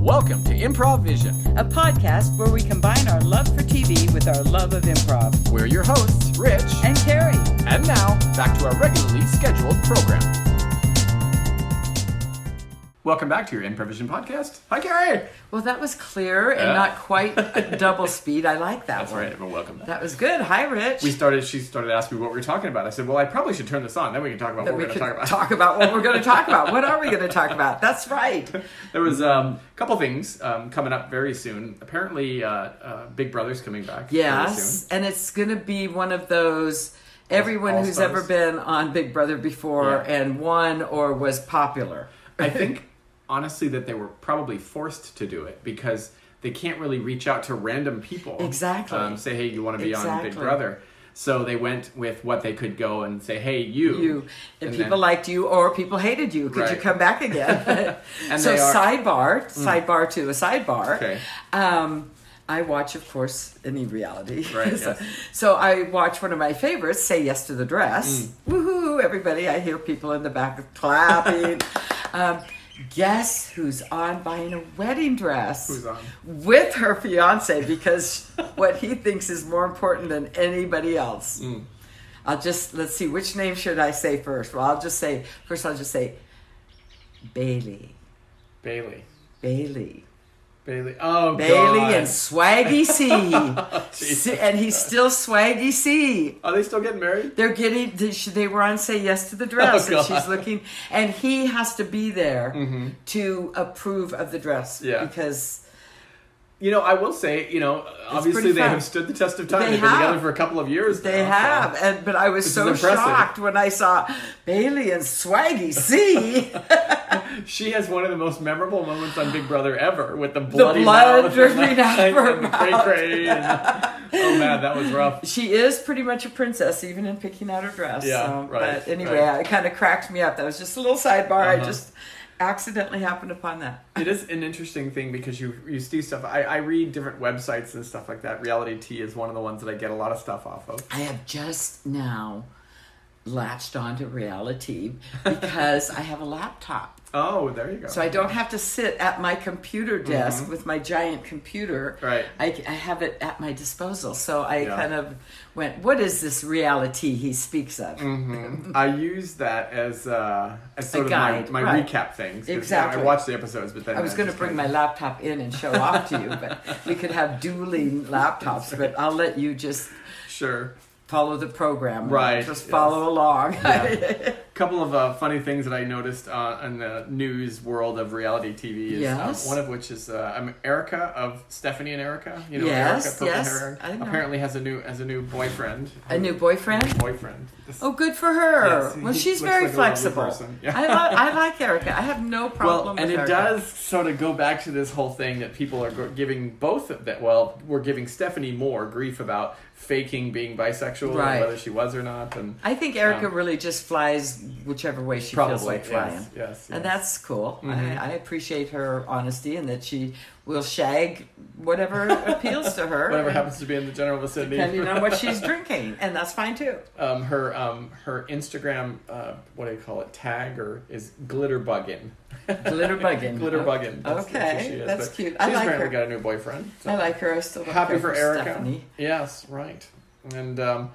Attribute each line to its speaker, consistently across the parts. Speaker 1: Welcome to Improv Vision.
Speaker 2: a podcast where we combine our love for TV with our love of improv.
Speaker 1: We're your hosts, Rich,
Speaker 2: And Carrie,
Speaker 1: and now back to our regularly scheduled program. Welcome back to your Improv Vision podcast. Hi, Carrie.
Speaker 2: well, that was clear and
Speaker 1: Yeah.
Speaker 2: not quite double speed. I like that
Speaker 1: That's
Speaker 2: one.
Speaker 1: right. Well, welcome.
Speaker 2: That was good. Hi, Rich.
Speaker 1: We started. She started asking me what we were talking about. I said, "Well, I probably should turn this on. Then we can talk about
Speaker 2: that
Speaker 1: what
Speaker 2: we
Speaker 1: we are going
Speaker 2: could
Speaker 1: to talk about."
Speaker 2: talk about what we're going to talk about. What are we going to talk about? That's right.
Speaker 1: There was um, a couple things um, coming up very soon. Apparently, uh, uh, Big Brother's coming back. very
Speaker 2: Yes, and it's going to be one of those. Everyone who's
Speaker 1: All-Stars.
Speaker 2: ever been on Big Brother before
Speaker 1: Yeah.
Speaker 2: and won or was popular.
Speaker 1: I think honestly that they were probably forced to do it because they can't really reach out to random people.
Speaker 2: Exactly.
Speaker 1: Um, say, hey, you want to be on Big
Speaker 2: Exactly.
Speaker 1: Brother? So they went with what they could go and say, hey, you.
Speaker 2: you and, people
Speaker 1: then-
Speaker 2: liked you or people hated you could you
Speaker 1: Right.
Speaker 2: come back again
Speaker 1: And
Speaker 2: so
Speaker 1: they are- Mm.
Speaker 2: sidebar sidebar to a sidebar
Speaker 1: Okay.
Speaker 2: um I watch, of course, any reality.
Speaker 1: Right,
Speaker 2: so,
Speaker 1: yes.
Speaker 2: so I watch one of my favorites, "Say Yes to the
Speaker 1: Mm.
Speaker 2: Dress." Woohoo! Everybody, I hear people in the back clapping. um, guess who's on buying a wedding dress?
Speaker 1: Who's on?
Speaker 2: With her fiance because what he thinks is more important than anybody else.
Speaker 1: Mm.
Speaker 2: I'll just let's see which name should I say first. Well, I'll just say first. I'll just say Bailey,
Speaker 1: Bailey.
Speaker 2: Bailey,
Speaker 1: Bailey. Oh,
Speaker 2: Bailey,
Speaker 1: God.
Speaker 2: and Swaggy C.
Speaker 1: Jesus
Speaker 2: C- and he's still Swaggy C.
Speaker 1: Are they still getting married?
Speaker 2: They're getting. They sh- they were on say yes to the dress,
Speaker 1: Oh,
Speaker 2: and she's
Speaker 1: God. Mm-hmm.
Speaker 2: looking, and he has to be there to approve of the dress
Speaker 1: Yeah.
Speaker 2: because
Speaker 1: You know, I will say, you know, obviously
Speaker 2: pretty
Speaker 1: they
Speaker 2: fun.
Speaker 1: have stood the test of time.
Speaker 2: They
Speaker 1: They've been together
Speaker 2: have.
Speaker 1: for a couple of years.
Speaker 2: they
Speaker 1: now, so-
Speaker 2: have. And but I
Speaker 1: Oh,
Speaker 2: was
Speaker 1: This
Speaker 2: so
Speaker 1: is impressive.
Speaker 2: shocked when I saw Bailey and Swaggy C.
Speaker 1: She has one of the most memorable moments on Big Brother ever with the
Speaker 2: the
Speaker 1: bloody mouth
Speaker 2: blood
Speaker 1: and
Speaker 2: dripping out of
Speaker 1: and
Speaker 2: her
Speaker 1: the
Speaker 2: mouth.
Speaker 1: cray-cray and- oh man, that was rough.
Speaker 2: She is pretty much a princess, even in picking out her dress.
Speaker 1: Yeah,
Speaker 2: so,
Speaker 1: right,
Speaker 2: But anyway,
Speaker 1: right.
Speaker 2: it kind of cracked me up. That was just a little sidebar. I
Speaker 1: Uh-huh.
Speaker 2: just accidentally happened upon that.
Speaker 1: It is an interesting thing because you you see stuff. I, I read different websites and stuff like that. Reality T is one of the ones that I get a lot of stuff off of.
Speaker 2: I have just now latched onto reality because I have a laptop.
Speaker 1: Oh, there you go.
Speaker 2: So I don't have to sit at my computer desk with my giant computer.
Speaker 1: Mm-hmm. Right.
Speaker 2: I, I have it at my disposal. So I
Speaker 1: Yeah.
Speaker 2: kind of went, what is this reality he speaks of?
Speaker 1: Mm-hmm. I use that as uh, as sort of
Speaker 2: guide,
Speaker 1: my, my
Speaker 2: right.
Speaker 1: recap things. 'cause, you know,
Speaker 2: Exactly.
Speaker 1: I watch the episodes, but then
Speaker 2: I was going to
Speaker 1: just
Speaker 2: bring
Speaker 1: kinda-
Speaker 2: my laptop in and show off to you, but we could have dueling laptops. But I'll let you just
Speaker 1: sure.
Speaker 2: follow the program.
Speaker 1: Right,
Speaker 2: Just
Speaker 1: yes.
Speaker 2: follow along.
Speaker 1: couple of uh, funny things that I noticed uh, in the news world of reality TV. Is,
Speaker 2: Yes.
Speaker 1: uh, one of which is uh, I'm Erica of Stephanie and Erica. You know,
Speaker 2: Yes,
Speaker 1: Erica Purple
Speaker 2: yes,
Speaker 1: Hair,
Speaker 2: I know.
Speaker 1: apparently has a new has a new boyfriend.
Speaker 2: A new boyfriend.
Speaker 1: boyfriend. This-
Speaker 2: Oh, good for her.
Speaker 1: Yes,
Speaker 2: well,
Speaker 1: he
Speaker 2: she's
Speaker 1: looks
Speaker 2: very
Speaker 1: like a lovely
Speaker 2: flexible.
Speaker 1: person. Yeah.
Speaker 2: I, li- I like Erica. I have no problem.
Speaker 1: Well,
Speaker 2: with
Speaker 1: and it
Speaker 2: Erica.
Speaker 1: does sort of go back to this whole thing that people are go- giving both of that. Well, we're giving Stephanie more grief about faking being bisexual,
Speaker 2: Right.
Speaker 1: and whether she was or not, and
Speaker 2: I think Erica
Speaker 1: Um,
Speaker 2: really just flies whichever way she feels
Speaker 1: probably
Speaker 2: like flying.
Speaker 1: yes, yes,
Speaker 2: And
Speaker 1: yes. Mm-hmm.
Speaker 2: that's cool. I, I appreciate her honesty and that she will shag whatever appeals to her.
Speaker 1: whatever happens to be in the general vicinity.
Speaker 2: depending on what she's drinking, and that's fine too.
Speaker 1: um, her um, her Instagram uh, what do you call it tag or is glitter buggin.
Speaker 2: Glitter buggin.
Speaker 1: glitter buggin. That's, that's who
Speaker 2: Okay,
Speaker 1: she is.
Speaker 2: that's
Speaker 1: but
Speaker 2: cute. I
Speaker 1: she's
Speaker 2: like
Speaker 1: apparently
Speaker 2: her.
Speaker 1: got a new boyfriend. so
Speaker 2: I like her. I still don't
Speaker 1: happy
Speaker 2: care
Speaker 1: for Erica.
Speaker 2: Stephanie.
Speaker 1: Yes, right. And um,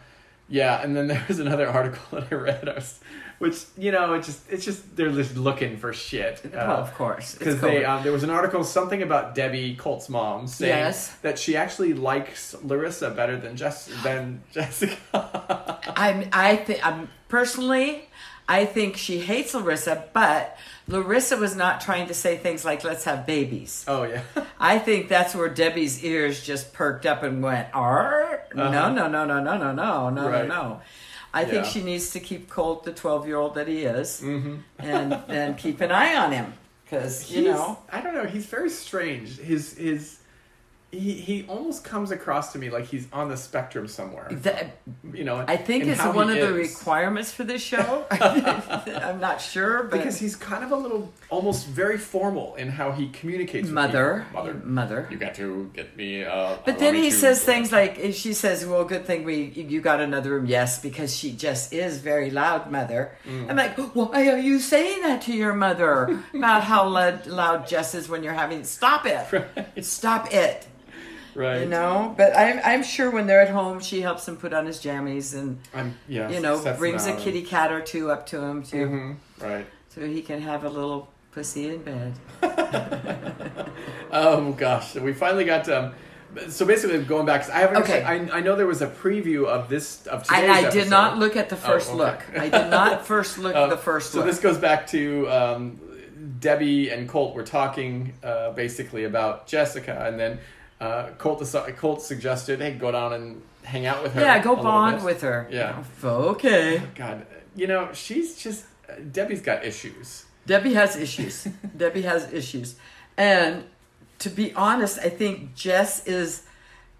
Speaker 1: yeah, and then there was another article that I read, I was, which you know, it's just it's just they're just looking for shit.
Speaker 2: well, of course, it's
Speaker 1: because Uh, they
Speaker 2: cool.
Speaker 1: um, there was an article something about Debbie Colt's mom saying
Speaker 2: Yes.
Speaker 1: that she actually likes Larissa better than Jess than Jessica.
Speaker 2: I'm. I think. I'm personally. I think she hates Larissa, but Larissa was not trying to say things like "let's have babies."
Speaker 1: oh yeah.
Speaker 2: I think that's where Debbie's ears just perked up and went, "Arr!
Speaker 1: Uh-huh.
Speaker 2: No, no, no, no, no, no, no, no,
Speaker 1: Right.
Speaker 2: no, no." I think
Speaker 1: Yeah. Mm-hmm.
Speaker 2: she needs to keep Colt, the twelve-year-old that he is, and and keep an eye on him because you
Speaker 1: He's-
Speaker 2: know
Speaker 1: I don't know. He's very strange. His his he he almost comes across to me like he's on the spectrum somewhere.
Speaker 2: That,
Speaker 1: You know,
Speaker 2: I think
Speaker 1: in
Speaker 2: it's
Speaker 1: how
Speaker 2: one of
Speaker 1: he
Speaker 2: the
Speaker 1: is.
Speaker 2: requirements for this show. I'm not sure, but
Speaker 1: because he's kind of a little almost very formal in how he communicates. with
Speaker 2: mother,
Speaker 1: people. mother,
Speaker 2: mother.
Speaker 1: you got to get me. Uh,
Speaker 2: But
Speaker 1: allow
Speaker 2: then
Speaker 1: me
Speaker 2: he
Speaker 1: to-
Speaker 2: says things like if she says, "Well, good thing we you got another room." Yes, because she just is very loud, mother.
Speaker 1: Mm.
Speaker 2: I'm like, why are you saying that to your mother about how loud, loud Jess is when you're having? Stop it! Stop it!
Speaker 1: right?
Speaker 2: You know. But I'm I'm sure when they're at home, she helps him put on his jammies and
Speaker 1: I'm yeah.
Speaker 2: you know
Speaker 1: sets them
Speaker 2: brings a
Speaker 1: out.
Speaker 2: kitty cat or two up to him to
Speaker 1: Mhm, right.
Speaker 2: so he can have a little pussy in bed.
Speaker 1: Oh gosh, so we finally got. Um, so basically, going back, 'cause I haven't.
Speaker 2: Okay.
Speaker 1: I, I know there was a preview of this of today's.
Speaker 2: I, I did
Speaker 1: episode. Oh,
Speaker 2: not look at the first
Speaker 1: okay.
Speaker 2: look. I did not first look
Speaker 1: Uh,
Speaker 2: the first
Speaker 1: So
Speaker 2: look.
Speaker 1: this goes back to um, Debbie and Colt were talking uh, basically about Jessica, and then uh, Colt deci- Colt suggested, "Hey, go down and hang out with her."
Speaker 2: yeah,
Speaker 1: a
Speaker 2: go
Speaker 1: little
Speaker 2: bond
Speaker 1: bit."
Speaker 2: with her.
Speaker 1: Yeah.
Speaker 2: Okay.
Speaker 1: God, you know she's just Debbie's got issues.
Speaker 2: Debbie has issues. Debbie has issues. And to be honest, I think Jess is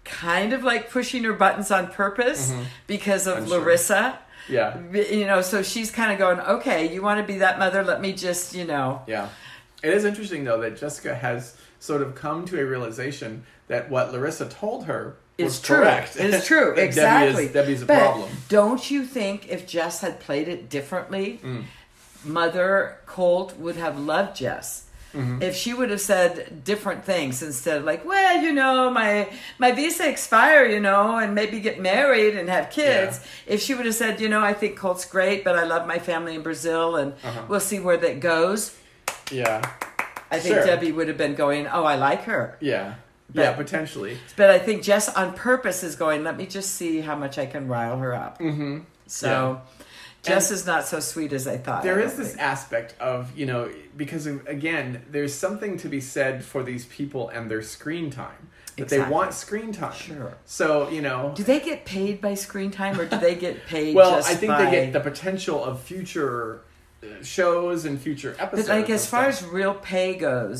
Speaker 2: kind of like pushing her buttons on purpose because of
Speaker 1: Mm-hmm. I'm sure.
Speaker 2: Larissa.
Speaker 1: Yeah,
Speaker 2: You know, so she's kind of going, okay, you want to be that mother? Let me just, you know.
Speaker 1: yeah. It is interesting though that Jessica has sort of come to a realization that what Larissa told her
Speaker 2: It's
Speaker 1: was
Speaker 2: true.
Speaker 1: correct.
Speaker 2: It's true.
Speaker 1: That Debbie is-
Speaker 2: exactly.
Speaker 1: Debbie's a
Speaker 2: But
Speaker 1: problem.
Speaker 2: Don't you think if Jess had played it differently,
Speaker 1: Mm.
Speaker 2: Mother Colt would have loved Jess?
Speaker 1: Mm-hmm.
Speaker 2: If she would have said different things instead of like, well, you know, my my visa expire, you know, and maybe get married and have kids. If she would have said, you know, I think Colt's great, but I love my family in Brazil, and
Speaker 1: Uh-huh.
Speaker 2: we'll see where that goes.
Speaker 1: Yeah,
Speaker 2: I think
Speaker 1: Sure.
Speaker 2: Debbie would have been going, oh, I like her.
Speaker 1: yeah, yeah.
Speaker 2: But-
Speaker 1: Potentially.
Speaker 2: But I think Jess on purpose is going, let me just see how much I can rile her up. Mm-hmm. So Jess is not so sweet as I thought.
Speaker 1: There
Speaker 2: I
Speaker 1: is
Speaker 2: don't
Speaker 1: this
Speaker 2: think.
Speaker 1: aspect of you know because of, again there's something to be said for these people and their screen time that they
Speaker 2: Exactly.
Speaker 1: want screen time
Speaker 2: Sure.
Speaker 1: so you know
Speaker 2: Do they get paid by screen time or do they get paid
Speaker 1: well
Speaker 2: just
Speaker 1: i think
Speaker 2: by...
Speaker 1: they get the potential of future uh, shows and future episodes
Speaker 2: But like
Speaker 1: and
Speaker 2: as far
Speaker 1: stuff.
Speaker 2: as real pay goes,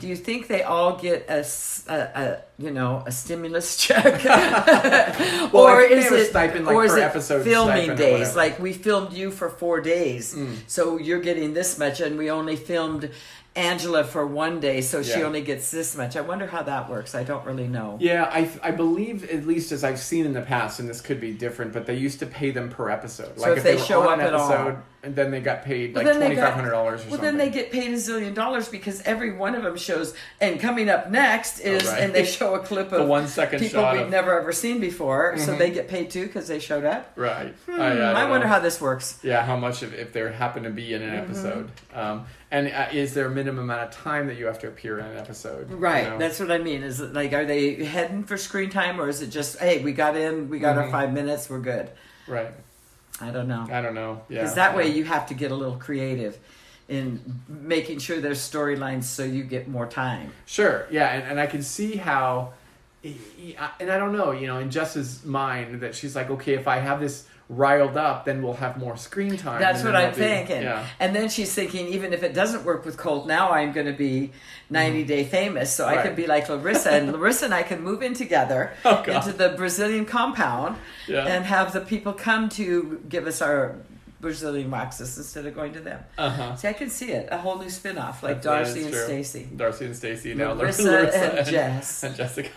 Speaker 2: do you think they all get a, s- a- a, you know a stimulus check,
Speaker 1: Well, I think they have a stipend, like,
Speaker 2: or is
Speaker 1: per
Speaker 2: it
Speaker 1: episode
Speaker 2: filming
Speaker 1: stipend or
Speaker 2: days?
Speaker 1: whatever. Mm.
Speaker 2: Like we filmed you for four days, so you're getting this much, and we only filmed Angela for one day, so she
Speaker 1: Yeah.
Speaker 2: only gets this much. I wonder how that works. I don't really know.
Speaker 1: yeah I, I believe at least as i've seen in the past and this could be different but they used to pay them per episode like
Speaker 2: if they
Speaker 1: were
Speaker 2: show
Speaker 1: on
Speaker 2: up
Speaker 1: an
Speaker 2: at all.
Speaker 1: episode and then they got paid like
Speaker 2: But then they got-
Speaker 1: $2500 or something
Speaker 2: Well, then they get paid a zillion dollars because every one of them shows. And coming up next is,
Speaker 1: Oh, right.
Speaker 2: and they show a clip of
Speaker 1: one-second
Speaker 2: people
Speaker 1: shot
Speaker 2: we've
Speaker 1: of-
Speaker 2: never ever seen before. So they get paid too because they showed up.
Speaker 1: right
Speaker 2: Hmm,
Speaker 1: don't
Speaker 2: I, wonder
Speaker 1: know.
Speaker 2: how this works.
Speaker 1: Yeah, how much if, if there happen to be in an
Speaker 2: Mm-hmm.
Speaker 1: episode, um, and uh, is there a minimum amount of time that you have to appear in an episode? you
Speaker 2: Right,
Speaker 1: know?
Speaker 2: that's what I mean. Is it like, are they heading for screen time, or is it just, hey, we got in, we got
Speaker 1: Mm-hmm.
Speaker 2: our five minutes, we're good?
Speaker 1: right.
Speaker 2: I don't know.
Speaker 1: I don't know. Uh, Yeah,
Speaker 2: Because that way you have to get a little creative in making sure there's storylines so you get more time.
Speaker 1: Sure. Yeah, and, and I can see how, and I don't know, you know, in Jess's mind that she's like, okay, if I have this riled up, then we'll have more screen time.
Speaker 2: That's
Speaker 1: and
Speaker 2: what
Speaker 1: then
Speaker 2: I'm
Speaker 1: I'll be-
Speaker 2: thinking.
Speaker 1: Yeah.
Speaker 2: And then she's thinking, even if it doesn't work with cold, now I'm going to be 90 Day Famous. So I
Speaker 1: Mm-hmm. Right.
Speaker 2: can be like Larissa, and Larissa and I can move in together
Speaker 1: Oh, God.
Speaker 2: into the Brazilian compound
Speaker 1: Yeah.
Speaker 2: and have the people come to give us our Brazilian waxes instead of going to them.
Speaker 1: Uh huh.
Speaker 2: See, I can see it. A whole new spin off, like
Speaker 1: That- that
Speaker 2: Darcy
Speaker 1: is
Speaker 2: and
Speaker 1: true.
Speaker 2: Stacy.
Speaker 1: Darcy and Stacy now.
Speaker 2: Larissa and Jess.
Speaker 1: and Jessica.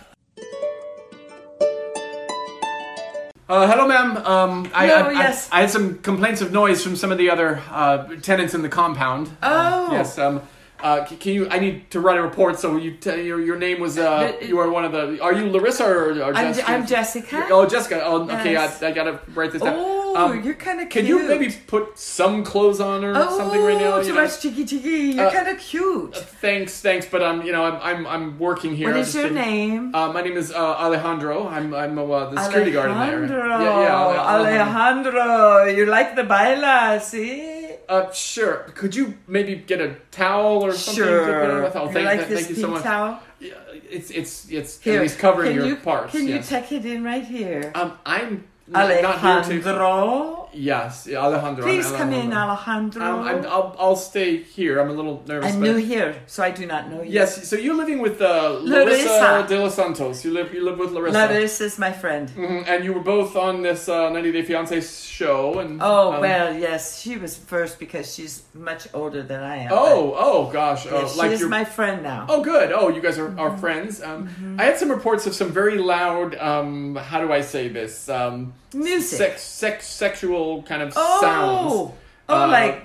Speaker 1: Uh, hello, ma'am. Um, I,
Speaker 2: No,
Speaker 1: I- I-
Speaker 2: yes.
Speaker 1: I, had some complaints of noise from some of the other uh, tenants in the compound.
Speaker 2: Oh.
Speaker 1: yes. Um, uh, c- can you? I need to write a report. So you, t- your your name was. Uh,
Speaker 2: But it-
Speaker 1: you are one of the. Are you Larissa or, or
Speaker 2: I'm,
Speaker 1: Jessica?
Speaker 2: I'm Jessica.
Speaker 1: Oh, Jessica. Oh, okay.
Speaker 2: Yes.
Speaker 1: I, I gotta write this down.
Speaker 2: oh,
Speaker 1: Um,
Speaker 2: you're kind of cute.
Speaker 1: can you maybe put some clothes on or
Speaker 2: oh,
Speaker 1: something right now?
Speaker 2: too
Speaker 1: you know?
Speaker 2: much cheeky cheeky. You're
Speaker 1: Uh,
Speaker 2: kind of cute.
Speaker 1: Thanks, thanks, but I'm you know I'm I'm, I'm working here.
Speaker 2: what
Speaker 1: I
Speaker 2: is
Speaker 1: just
Speaker 2: your
Speaker 1: didn't-
Speaker 2: name?
Speaker 1: Uh, my name is uh, Alejandro. I'm I'm uh, the security guard in there.
Speaker 2: Alejandro,
Speaker 1: Yeah, yeah. Ale- Alejandro.
Speaker 2: Alejandro, you like the baila, see?
Speaker 1: Uh, sure. Could you maybe get a towel or something? to put it
Speaker 2: Sure.
Speaker 1: with? Oh,
Speaker 2: you
Speaker 1: thank,
Speaker 2: like
Speaker 1: thank
Speaker 2: this
Speaker 1: you
Speaker 2: pink
Speaker 1: so much.
Speaker 2: towel?
Speaker 1: Yeah, It's it's it's
Speaker 2: Here,
Speaker 1: at least covering
Speaker 2: can
Speaker 1: your
Speaker 2: you,
Speaker 1: parts.
Speaker 2: Can
Speaker 1: yes.
Speaker 2: you tuck it in right here?
Speaker 1: um, I'm n- not here to.
Speaker 2: Alejandro.
Speaker 1: yes, Alejandro. I'm
Speaker 2: Please come in,
Speaker 1: Alejandro.
Speaker 2: Alejandro.
Speaker 1: Um, I'm, I'll I'll stay here. I'm a little nervous.
Speaker 2: I'm
Speaker 1: but-
Speaker 2: new here, so I do not know you.
Speaker 1: Yes, so you're living with uh, Larissa
Speaker 2: Larissa.
Speaker 1: de los Santos. You live you live with Larissa.
Speaker 2: Larissa is my friend.
Speaker 1: Mhm, And you were both on this uh, 90 Day Fiance show, and
Speaker 2: Oh,
Speaker 1: um,
Speaker 2: well, yes, she was first because she's much older than I am.
Speaker 1: oh, oh gosh,
Speaker 2: but, yeah,
Speaker 1: oh,
Speaker 2: she
Speaker 1: like
Speaker 2: is
Speaker 1: you're
Speaker 2: my Mm-hmm. friend now.
Speaker 1: Oh, good. Oh, you guys are, are friends. Um, I had some reports of some very loud. Um, how do I say this? Um,
Speaker 2: Music.
Speaker 1: Sex, sex, sexual kind of
Speaker 2: oh,
Speaker 1: sounds.
Speaker 2: oh,
Speaker 1: Uh,
Speaker 2: like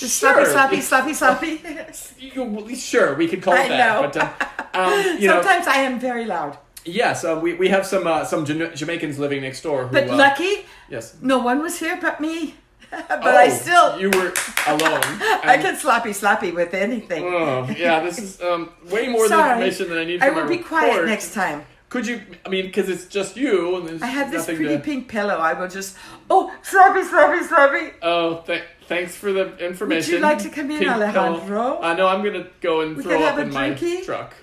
Speaker 2: the sloppy, sloppy,
Speaker 1: it's-
Speaker 2: sloppy, sloppy. Yes.
Speaker 1: you- sure, we could call
Speaker 2: I
Speaker 1: it that.
Speaker 2: know.
Speaker 1: But um, um, you know,
Speaker 2: Sometimes I am very loud,
Speaker 1: yes, uh, we, we have some uh, some Jama- Jamaicans living next door. Who,
Speaker 2: but
Speaker 1: uh,
Speaker 2: lucky
Speaker 1: yes,
Speaker 2: no one was here but me. but
Speaker 1: Oh,
Speaker 2: I still,
Speaker 1: you were alone.
Speaker 2: I
Speaker 1: And-
Speaker 2: get sloppy, sloppy with anything.
Speaker 1: Oh, yeah, this is um, way more
Speaker 2: Sorry.
Speaker 1: information than I need. For
Speaker 2: I
Speaker 1: my
Speaker 2: will be quiet
Speaker 1: report.
Speaker 2: next time.
Speaker 1: Could you? I mean, because it's just you, and there's
Speaker 2: I have this
Speaker 1: nothing
Speaker 2: pretty
Speaker 1: to...
Speaker 2: pink pillow. I will just, oh, sloppy, sloppy, sloppy.
Speaker 1: Oh, th- thanks for the information.
Speaker 2: Would you like to come in,
Speaker 1: Pink
Speaker 2: Alejandro?
Speaker 1: pill. Uh, no, I'm gonna go and
Speaker 2: We
Speaker 1: throw
Speaker 2: could
Speaker 1: up
Speaker 2: have a
Speaker 1: in my
Speaker 2: drinky.
Speaker 1: truck.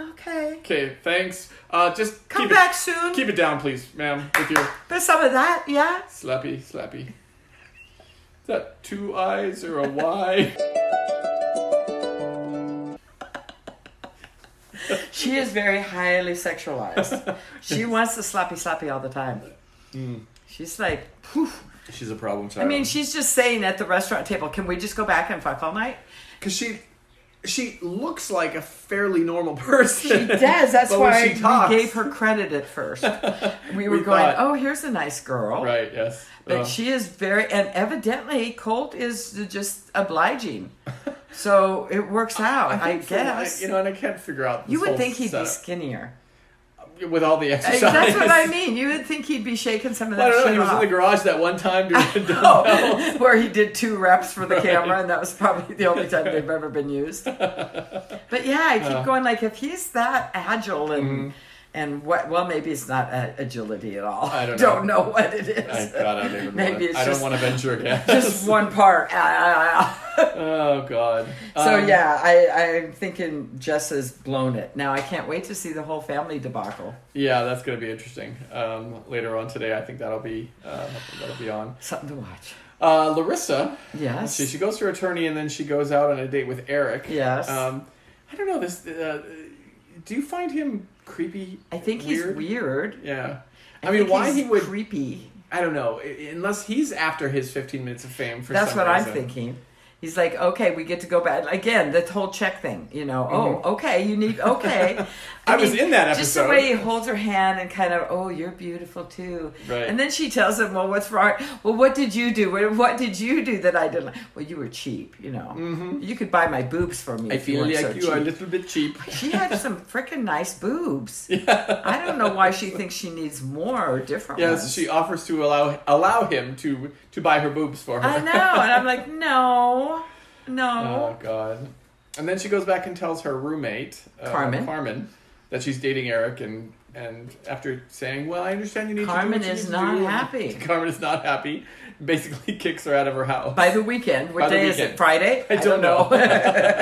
Speaker 2: Okay.
Speaker 1: Okay, thanks. Uh, just
Speaker 2: Come
Speaker 1: keep
Speaker 2: back
Speaker 1: It,
Speaker 2: soon.
Speaker 1: keep it down, please, ma'am, with your
Speaker 2: But some of that, yeah.
Speaker 1: slappy, slappy. Is that two eyes or a Y?
Speaker 2: She is very highly sexualized. she wants the sloppy sloppy all the time.
Speaker 1: Hmm.
Speaker 2: She's like, poof.
Speaker 1: She's a problem child.
Speaker 2: I mean, she's just saying at the restaurant table, can we just go back and fuck all night?
Speaker 1: because she. She looks like a fairly normal person.
Speaker 2: She does. That's
Speaker 1: But when
Speaker 2: why
Speaker 1: she talks-
Speaker 2: we gave her credit at first. We were
Speaker 1: We
Speaker 2: going,
Speaker 1: thought-
Speaker 2: oh, here's a nice girl.
Speaker 1: Right. Yes.
Speaker 2: But
Speaker 1: Uh,
Speaker 2: she is very, and evidently, Colt is just obliging. So it works out, I,
Speaker 1: think for-
Speaker 2: guess.
Speaker 1: you know, and I can't figure out. This
Speaker 2: you would
Speaker 1: whole
Speaker 2: think he'd
Speaker 1: setup.
Speaker 2: be skinnier.
Speaker 1: with all the
Speaker 2: Hey,
Speaker 1: exercise.
Speaker 2: That's what I mean. You would think he'd be shaking some
Speaker 1: I
Speaker 2: of that
Speaker 1: don't know.
Speaker 2: shit
Speaker 1: He was in
Speaker 2: off.
Speaker 1: the garage that one time doing the
Speaker 2: Oh, where he did two reps for the
Speaker 1: Right.
Speaker 2: camera, and that was probably the only time they've ever been used. But yeah, I keep going like if he's that agile and
Speaker 1: Mm-hmm.
Speaker 2: and what? Well, maybe it's not a- agility at all.
Speaker 1: I don't know.
Speaker 2: what it is.
Speaker 1: I, God, I don't even
Speaker 2: Maybe
Speaker 1: want
Speaker 2: it's
Speaker 1: I don't
Speaker 2: just-
Speaker 1: want to venture a guess.
Speaker 2: Just one part. Ah, ah, ah.
Speaker 1: oh God.
Speaker 2: so
Speaker 1: Um,
Speaker 2: yeah, I, I'm thinking Jess has blown it. Now I can't wait to see the whole family debacle.
Speaker 1: yeah, that's gonna be interesting. Um, later on today, I think that'll be uh, that'll be on.
Speaker 2: Something to watch.
Speaker 1: Uh, Larissa,
Speaker 2: Yes.
Speaker 1: she she goes to her attorney and then she goes out on a date with Eric.
Speaker 2: Yes.
Speaker 1: Um, I don't know this. Uh, do you find him creepy?
Speaker 2: I think he's weird.
Speaker 1: Yeah. I,
Speaker 2: I
Speaker 1: mean,
Speaker 2: think
Speaker 1: why
Speaker 2: he's
Speaker 1: he would?
Speaker 2: creepy?
Speaker 1: I don't know. I- Unless he's after his 15 minutes of fame for
Speaker 2: That's
Speaker 1: some
Speaker 2: what I'm
Speaker 1: reason.
Speaker 2: thinking. He's like, okay, we get to go back again. The whole check thing, you know. Oh, okay, you need okay.
Speaker 1: Mm-hmm. I was in that
Speaker 2: Just the
Speaker 1: episode.
Speaker 2: way he holds her hand and kind of, oh, you're beautiful too.
Speaker 1: Right.
Speaker 2: And then she tells him, well, what's wrong? Well, what did you do? What, what did you do that I didn't? like?" Well, you were cheap, you know. You could buy my boobs for me.
Speaker 1: Mm-hmm. I
Speaker 2: if you
Speaker 1: feel
Speaker 2: weren't
Speaker 1: like
Speaker 2: so
Speaker 1: you
Speaker 2: cheap.
Speaker 1: are a little bit cheap.
Speaker 2: She had some freaking nice boobs. I don't know why she thinks she needs more or different
Speaker 1: Yes,
Speaker 2: ones.
Speaker 1: she offers to allow allow him to to buy her boobs for her.
Speaker 2: I know, and I'm like, no, no.
Speaker 1: oh God! And then she goes back and tells her roommate uh,
Speaker 2: Carmen.
Speaker 1: Carmen that she's dating Eric, and and after saying, "Well, I understand you need
Speaker 2: Carmen
Speaker 1: to do what you
Speaker 2: is
Speaker 1: need
Speaker 2: not
Speaker 1: to do,"
Speaker 2: happy.
Speaker 1: Carmen is not happy. Basically, kicks her out of her house.
Speaker 2: By the weekend. What
Speaker 1: By the
Speaker 2: day is
Speaker 1: weekend.
Speaker 2: it? Friday?
Speaker 1: I don't know.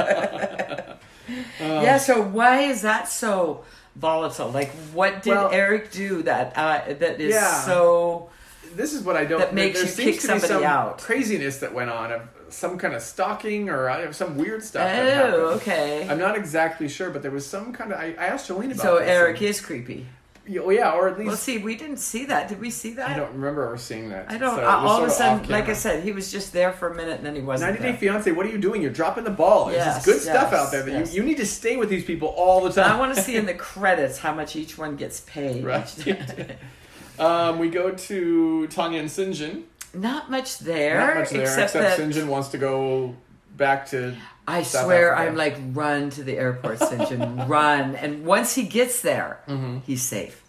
Speaker 2: yeah, so why is that so volatile? Like, what did
Speaker 1: Well-
Speaker 2: Eric do that uh, that is
Speaker 1: Yeah.
Speaker 2: so.
Speaker 1: this is what I don't.
Speaker 2: That makes
Speaker 1: there
Speaker 2: you
Speaker 1: seems
Speaker 2: kick
Speaker 1: to be
Speaker 2: somebody
Speaker 1: some
Speaker 2: out.
Speaker 1: Craziness that went on of some kind of stalking or uh, some weird stuff. that happened.
Speaker 2: Oh, okay.
Speaker 1: I'm not exactly sure, but there was some kind of. I, I asked Jolene about
Speaker 2: So
Speaker 1: this,
Speaker 2: Eric
Speaker 1: and-
Speaker 2: is creepy.
Speaker 1: Yeah, well, yeah, or at least
Speaker 2: Well, see, we didn't see that. Did we see that?
Speaker 1: I don't remember ever seeing that.
Speaker 2: I don't-
Speaker 1: So it was
Speaker 2: all
Speaker 1: sort
Speaker 2: of a
Speaker 1: off
Speaker 2: sudden, like I
Speaker 1: camera.
Speaker 2: said, he was just there for a minute and then he wasn't.
Speaker 1: 90 Day
Speaker 2: there.
Speaker 1: Fiance, what are you doing? You're dropping the ball. There's
Speaker 2: Yes,
Speaker 1: this good stuff
Speaker 2: yes,
Speaker 1: out there that
Speaker 2: yes.
Speaker 1: you, you need to stay with these people all the time.
Speaker 2: I want to see in the credits how much each one gets paid.
Speaker 1: Right. um, we go to Tanya and Sinjin.
Speaker 2: Not much there,
Speaker 1: Not much there,
Speaker 2: except,
Speaker 1: except,
Speaker 2: that
Speaker 1: Sinjin wants to go back to.
Speaker 2: I
Speaker 1: South
Speaker 2: swear
Speaker 1: Africa.
Speaker 2: I'm like, run to the airport, St. John, run. And once he gets there, he's safe.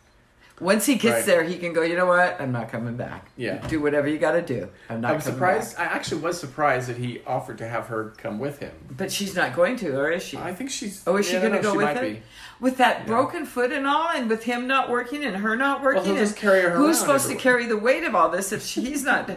Speaker 2: Once he gets
Speaker 1: Mm-hmm. Right.
Speaker 2: there, he can go, you know what? I'm not coming back.
Speaker 1: Yeah.
Speaker 2: Do whatever you got to do. I'm not
Speaker 1: I'm
Speaker 2: coming
Speaker 1: surprised. I actually was surprised that he offered to have her come with him.
Speaker 2: back." But she's not going to, or is she?
Speaker 1: I think she's.
Speaker 2: oh, is she
Speaker 1: yeah, I
Speaker 2: going to
Speaker 1: don't know,
Speaker 2: go
Speaker 1: she
Speaker 2: with
Speaker 1: might
Speaker 2: him?
Speaker 1: be.
Speaker 2: With that broken foot and all, and with him not working and her not working,
Speaker 1: he'll
Speaker 2: and
Speaker 1: just carry her around
Speaker 2: who's supposed to
Speaker 1: everywhere.
Speaker 2: carry the weight of all this if she's not?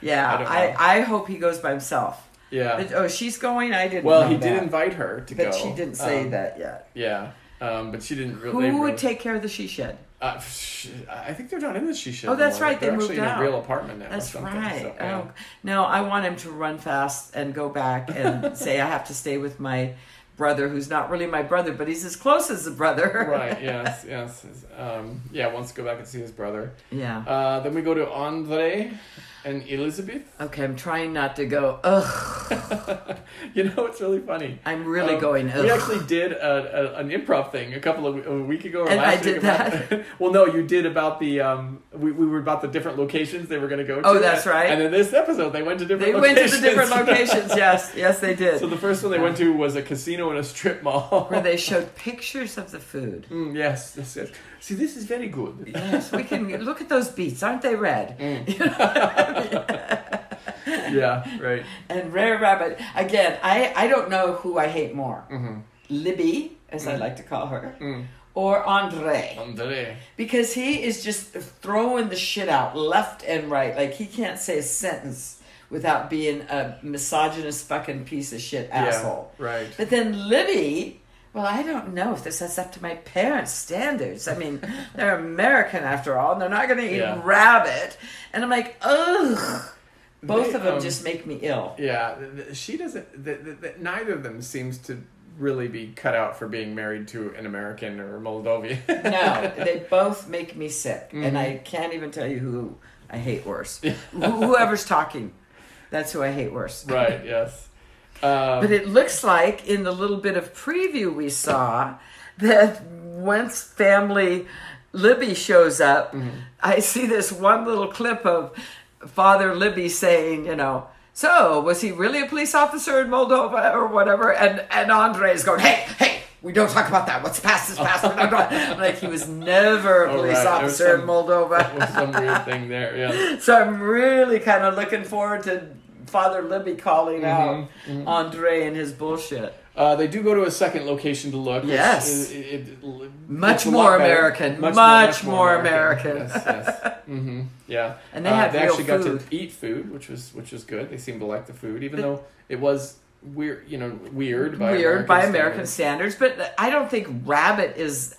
Speaker 2: yeah,
Speaker 1: I don't know.
Speaker 2: I, I, hope he goes by himself.
Speaker 1: Yeah.
Speaker 2: But, oh, she's going. I didn't.
Speaker 1: Well,
Speaker 2: know
Speaker 1: he did
Speaker 2: that.
Speaker 1: invite her to go.
Speaker 2: but she didn't say
Speaker 1: Um,
Speaker 2: that yet.
Speaker 1: Yeah. Um, but she didn't really.
Speaker 2: Who
Speaker 1: they
Speaker 2: would
Speaker 1: really-
Speaker 2: take care of the she shed?
Speaker 1: Uh, sh- I think they're not in the she shed.
Speaker 2: Oh, that's
Speaker 1: anymore.
Speaker 2: right, they
Speaker 1: They're
Speaker 2: moved
Speaker 1: actually
Speaker 2: out.
Speaker 1: in a real apartment now. or
Speaker 2: That's
Speaker 1: something,
Speaker 2: right.
Speaker 1: so, yeah.
Speaker 2: Oh no, I want him to run fast and go back and say I have to stay with my brother, who's not really my brother, but he's as close as a brother.
Speaker 1: right. Yes. Yes. yes. Um, yeah. Wants to go back and see his brother.
Speaker 2: Yeah.
Speaker 1: Uh, then we go to Andre and Elizabeth.
Speaker 2: Okay, I'm trying not to go. Ugh.
Speaker 1: you know, it's really funny.
Speaker 2: I'm really
Speaker 1: Um,
Speaker 2: going. Ugh.
Speaker 1: We actually did a, a, an improv thing a couple of a week ago or
Speaker 2: And
Speaker 1: last
Speaker 2: I
Speaker 1: week
Speaker 2: did
Speaker 1: about- well, no, you did about the um, we, we were about the different locations they were going to go to.
Speaker 2: Oh, that's right.
Speaker 1: And in this episode, they went to different.
Speaker 2: they went
Speaker 1: locations.
Speaker 2: to the different locations. Yes, yes, they did.
Speaker 1: so the first one they went to was a casino and a strip mall.
Speaker 2: where they showed pictures of the food.
Speaker 1: Mm, yes, yes, yes. See, this is very good.
Speaker 2: Yes, we can look at those beets. Aren't they red?
Speaker 1: Yeah, right.
Speaker 2: And Rare Rabbit again. I I don't know who I hate more,
Speaker 1: Mhm.
Speaker 2: Libby, as I like to call her,
Speaker 1: Mm.
Speaker 2: or Andre.
Speaker 1: Andre.
Speaker 2: because he is just throwing the shit out left and right. Like he can't say a sentence without being a misogynist fucking piece of shit asshole.
Speaker 1: Yeah, right.
Speaker 2: But then Libby, well, I don't know if this is up to my parents' standards. I mean, they're American after all, and they're not going to eat
Speaker 1: Yeah.
Speaker 2: rabbit. And I'm like, ugh. Both
Speaker 1: They,
Speaker 2: of them
Speaker 1: um,
Speaker 2: just make me ill.
Speaker 1: Yeah, th- th- she doesn't. Th- th- th- neither of them seems to really be cut out for being married to an American or Moldovan.
Speaker 2: No, they both make me sick, and I can't even tell you who I hate worse. Wh- Whoever's talking, that's who I hate worse.
Speaker 1: right. Yes. Um,
Speaker 2: But it looks like in the little bit of preview we saw that once family Libby shows up,
Speaker 1: Mm-hmm.
Speaker 2: I see this one little clip of Father Libby saying, you know, so was he really a police officer in Moldova or whatever? And and Andre's going, hey, hey. We don't talk about that. What's past is past. We're not talking-" like he was never a
Speaker 1: Oh,
Speaker 2: police
Speaker 1: right. There was
Speaker 2: officer in
Speaker 1: some-
Speaker 2: Moldova.
Speaker 1: was some weird thing there. Yeah.
Speaker 2: So I'm really kind of looking forward to Father Libby calling
Speaker 1: Mm-hmm,
Speaker 2: out Andre and his bullshit.
Speaker 1: Uh, they do go to a second location to look. which
Speaker 2: Yes.
Speaker 1: is- It, it- l-
Speaker 2: Much
Speaker 1: looks a
Speaker 2: more
Speaker 1: lot better.
Speaker 2: American. Much more American.
Speaker 1: Yes. yes. hmm Yeah.
Speaker 2: And they
Speaker 1: Uh,
Speaker 2: had
Speaker 1: they
Speaker 2: real
Speaker 1: actually
Speaker 2: food.
Speaker 1: got to eat food, which was which was good. They seemed to like the food, even though it was weird. You know, weird by
Speaker 2: weird
Speaker 1: American
Speaker 2: by
Speaker 1: standards.
Speaker 2: American standards, but I don't think rabbit is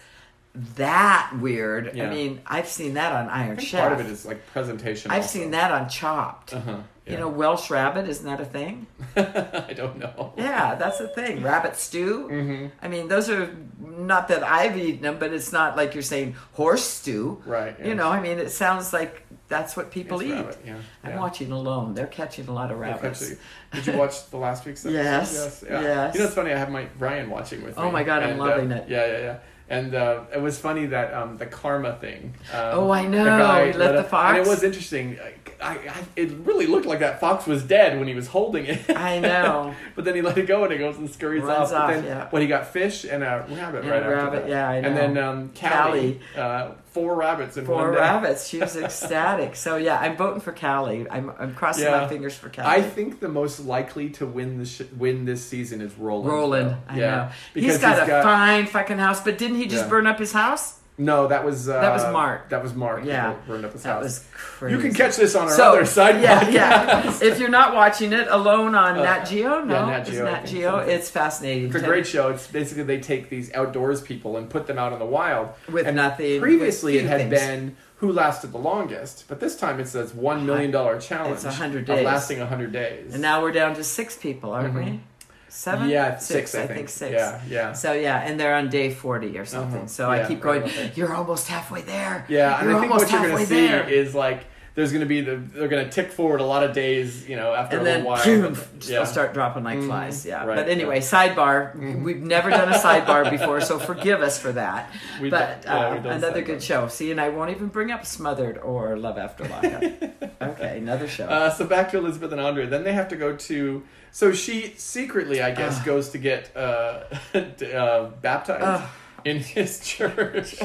Speaker 2: that weird. I
Speaker 1: Yeah.
Speaker 2: mean, I've seen that on Iron
Speaker 1: I think
Speaker 2: Chef.
Speaker 1: Part of it is like presentation.
Speaker 2: I've
Speaker 1: also.
Speaker 2: seen that on Chopped.
Speaker 1: Uh-huh.
Speaker 2: You know, Welsh rabbit isn't that a thing?
Speaker 1: I don't know.
Speaker 2: Yeah, that's a thing. Rabbit stew. Mm-hmm. I mean, those are not that I've eaten them, but it's not like you're saying horse stew.
Speaker 1: Right. yeah.
Speaker 2: You know, I mean, it sounds like that's what people
Speaker 1: It's
Speaker 2: eat.
Speaker 1: rabbit, yeah.
Speaker 2: I'm
Speaker 1: yeah.
Speaker 2: watching alone. They're catching a lot of
Speaker 1: Yeah,
Speaker 2: rabbits.
Speaker 1: actually- Did you watch the last week's episode?
Speaker 2: Yes,
Speaker 1: yeah.
Speaker 2: yes.
Speaker 1: You know, it's funny. I have my Ryan watching with me.
Speaker 2: Oh my God, I'm
Speaker 1: and, uh,
Speaker 2: loving it.
Speaker 1: Yeah, yeah, yeah. And uh, it was funny that um, the karma thing. Um,
Speaker 2: Oh, I know.
Speaker 1: The guy
Speaker 2: He let the
Speaker 1: up- And
Speaker 2: fox-
Speaker 1: it was interesting. I, I, I- it really looked like that fox was dead when he was holding it.
Speaker 2: I know.
Speaker 1: but then he let it go and it goes and scurries off.
Speaker 2: Runs
Speaker 1: But
Speaker 2: off,
Speaker 1: then,
Speaker 2: yeah.
Speaker 1: Well, he got fish and a rabbit
Speaker 2: And a
Speaker 1: right after
Speaker 2: rabbit,
Speaker 1: that.
Speaker 2: yeah, I know.
Speaker 1: And then um, Callie, uh, four rabbits in
Speaker 2: Four
Speaker 1: one day.
Speaker 2: rabbits. She was ecstatic. So yeah, I'm voting for Callie. I'm I'm crossing my
Speaker 1: Yeah.
Speaker 2: fingers for Callie.
Speaker 1: I think the most likely to win the sh- win this season is Roland.
Speaker 2: Roland.
Speaker 1: though.
Speaker 2: I
Speaker 1: yeah,
Speaker 2: know.
Speaker 1: Because
Speaker 2: he's got a fine fucking house, but didn't he just
Speaker 1: Yeah.
Speaker 2: burn up his house?
Speaker 1: No, that was uh,
Speaker 2: That was Mark.
Speaker 1: That was Mark. who
Speaker 2: Yeah.
Speaker 1: burned up his
Speaker 2: That
Speaker 1: house.
Speaker 2: was crazy.
Speaker 1: you can catch this on our
Speaker 2: so,
Speaker 1: other side.
Speaker 2: Yeah,
Speaker 1: podcast. Uh,
Speaker 2: yeah. If you're not watching it alone on Nat Geo, no,
Speaker 1: Nat
Speaker 2: it's
Speaker 1: Geo, I
Speaker 2: Nat
Speaker 1: think
Speaker 2: Geo.
Speaker 1: so.
Speaker 2: It's fascinating.
Speaker 1: It's a great show. It's basically they take these outdoors people and put them out in the wild
Speaker 2: With
Speaker 1: And
Speaker 2: nothing,
Speaker 1: Previously,
Speaker 2: with
Speaker 1: it
Speaker 2: few
Speaker 1: had
Speaker 2: things.
Speaker 1: been who lasted the longest, but this time it's this one million dollar challenge.
Speaker 2: It's 100
Speaker 1: of
Speaker 2: days.
Speaker 1: lasting hundred days.
Speaker 2: And now we're down to six people, aren't we? Seven?
Speaker 1: Mm-hmm. yeah, six,
Speaker 2: I think six.
Speaker 1: Yeah, yeah.
Speaker 2: So yeah, and they're on day forty or something.
Speaker 1: Uh-huh.
Speaker 2: So I
Speaker 1: Yeah,
Speaker 2: keep
Speaker 1: right
Speaker 2: going.
Speaker 1: about that.
Speaker 2: You're almost halfway there.
Speaker 1: Yeah, and
Speaker 2: you're
Speaker 1: I think what you're
Speaker 2: halfway
Speaker 1: going to see
Speaker 2: there."
Speaker 1: is like there's going to be the they're going to tick forward a lot of days, you know, after
Speaker 2: and
Speaker 1: a
Speaker 2: then
Speaker 1: little while.
Speaker 2: boom,
Speaker 1: but-
Speaker 2: they'll start dropping like flies. Yeah.
Speaker 1: right,
Speaker 2: but anyway, sidebar. We've never done a sidebar before, so forgive us for that.
Speaker 1: We
Speaker 2: but
Speaker 1: don't- yeah, we
Speaker 2: uh,
Speaker 1: don't
Speaker 2: another
Speaker 1: sidebar.
Speaker 2: good show. See, and I won't even bring up Smothered or Love After Lockup. okay, another show.
Speaker 1: Uh, so back to Elizabeth and Andre. Then they have to go to. So she secretly, I guess,
Speaker 2: Ah.
Speaker 1: goes to get uh, d- uh, baptized
Speaker 2: Ah.
Speaker 1: in his church.